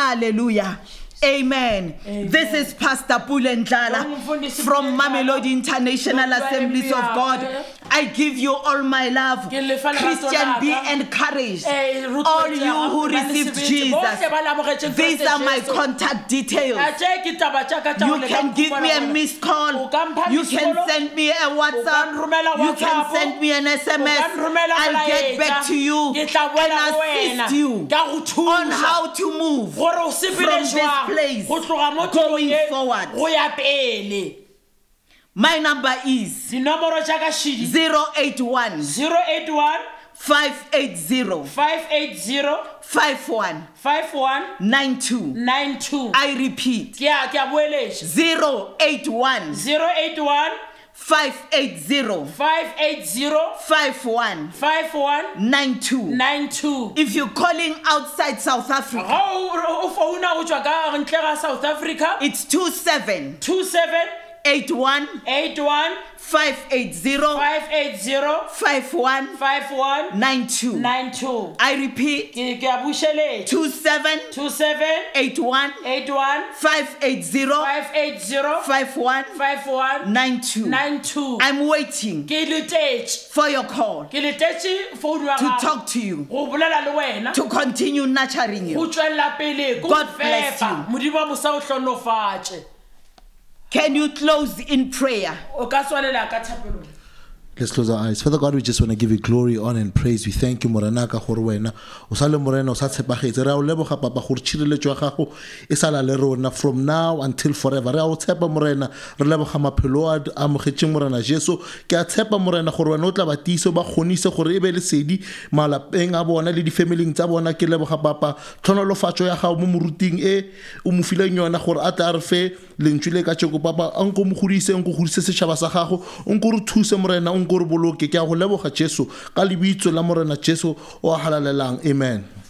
Speaker 1: Hallelujah. Amen. This is Pastor Pulendlala
Speaker 2: Ngumfundisi
Speaker 1: from
Speaker 2: Pule Ndlala.
Speaker 1: Mamelodi International
Speaker 2: Ngumfundisi
Speaker 1: Assemblies of
Speaker 2: Pule
Speaker 1: God.
Speaker 2: Ndlala.
Speaker 1: I give you all my love.
Speaker 2: Ke lefa lerato
Speaker 1: Christian, be
Speaker 2: laka.
Speaker 1: encouraged.
Speaker 2: Eh, Ruth
Speaker 1: All
Speaker 2: Wether,
Speaker 1: you who
Speaker 2: Ruth
Speaker 1: received
Speaker 2: Manisibiti,
Speaker 1: Jesus,
Speaker 2: bohle ba lamogetseng
Speaker 1: these
Speaker 2: Kreste
Speaker 1: are my
Speaker 2: Jesu.
Speaker 1: contact details.
Speaker 2: atje ke taba tjaka tja
Speaker 1: You
Speaker 2: ho leka
Speaker 1: can
Speaker 2: ho
Speaker 1: give me a
Speaker 2: fumana-
Speaker 1: missed
Speaker 2: O
Speaker 1: call.
Speaker 2: ka mpha
Speaker 1: You
Speaker 2: missed
Speaker 1: can
Speaker 2: call-o.
Speaker 1: send me a WhatsApp.
Speaker 2: nromela
Speaker 1: You can
Speaker 2: WhatsApp.
Speaker 1: send me an
Speaker 2: O
Speaker 1: SMS.
Speaker 2: ka nromela
Speaker 1: I'll get
Speaker 2: molaetsa.
Speaker 1: back to you
Speaker 2: Ke tla
Speaker 1: and
Speaker 2: boela ho
Speaker 1: assist
Speaker 2: wena.
Speaker 1: you
Speaker 2: Ka ho thusa.
Speaker 1: on how to move
Speaker 2: gore o
Speaker 1: from
Speaker 2: sepele
Speaker 1: this
Speaker 2: jwang
Speaker 1: place
Speaker 2: go tloga mo
Speaker 1: going
Speaker 2: tulong e
Speaker 1: forward.
Speaker 2: go ya pele
Speaker 1: My number is
Speaker 2: dinomoro jaaka shedi
Speaker 1: 081
Speaker 2: 081
Speaker 1: 580
Speaker 2: 580
Speaker 1: 5192.
Speaker 2: 5192
Speaker 1: I repeat
Speaker 2: ke a ke a boelesa
Speaker 1: 081
Speaker 2: 081
Speaker 1: 580
Speaker 2: 580
Speaker 1: 5192.
Speaker 2: 5192
Speaker 1: If you're calling outside South Africa,
Speaker 2: ga o- o founa o tswa ka ntle ga south africa
Speaker 1: it's 27
Speaker 2: 27
Speaker 1: 81
Speaker 2: 81
Speaker 1: 580
Speaker 2: 580
Speaker 1: 5192.
Speaker 2: 5192
Speaker 1: I repeat
Speaker 2: ke ke a bušeletsa
Speaker 1: 27
Speaker 2: 27
Speaker 1: 81
Speaker 2: 81
Speaker 1: 580
Speaker 2: 580
Speaker 1: 5192.
Speaker 2: 5192
Speaker 1: I'm waiting
Speaker 2: ke letetse
Speaker 1: for your call
Speaker 2: ke letetse founu ya
Speaker 1: to
Speaker 2: gago
Speaker 1: talk to you,
Speaker 2: go bolela le wena
Speaker 1: to continue nurturing
Speaker 2: go
Speaker 1: you.
Speaker 2: tswelela pele ko
Speaker 1: God bless
Speaker 2: fepa
Speaker 1: you.
Speaker 2: modimo wa mosa o tlhonofatse
Speaker 1: Can you close in prayer?
Speaker 2: o ka tswalela ka thapelong
Speaker 3: Let's close our eyes. Father God, we just want to give you glory, honor, and praise. We thank you, Morena, ka gore wena o sa le morena o sa tshepagetse re a o leboga papa gore tshireletso ya gago e sala le rona from now until forever re a o tshepa morena re leboga maphelo a a amogetseng morena jesu ke a tshepa morena gore wena o tla ba tiise o ba kgonise gore e be le sedi malapeng a bona le di-familing tsa bona ke leboga papa tlhonolofatso ya gago mo moruting e o mo fileng yona gore a tla re fe lentswe le ka tseko papa a nko mo godise nko godise setšhaba sa gago o nko re thuse morena o nko re boloke ke a go leboga jesu ka lebitso la morena jesu o a galalelang amen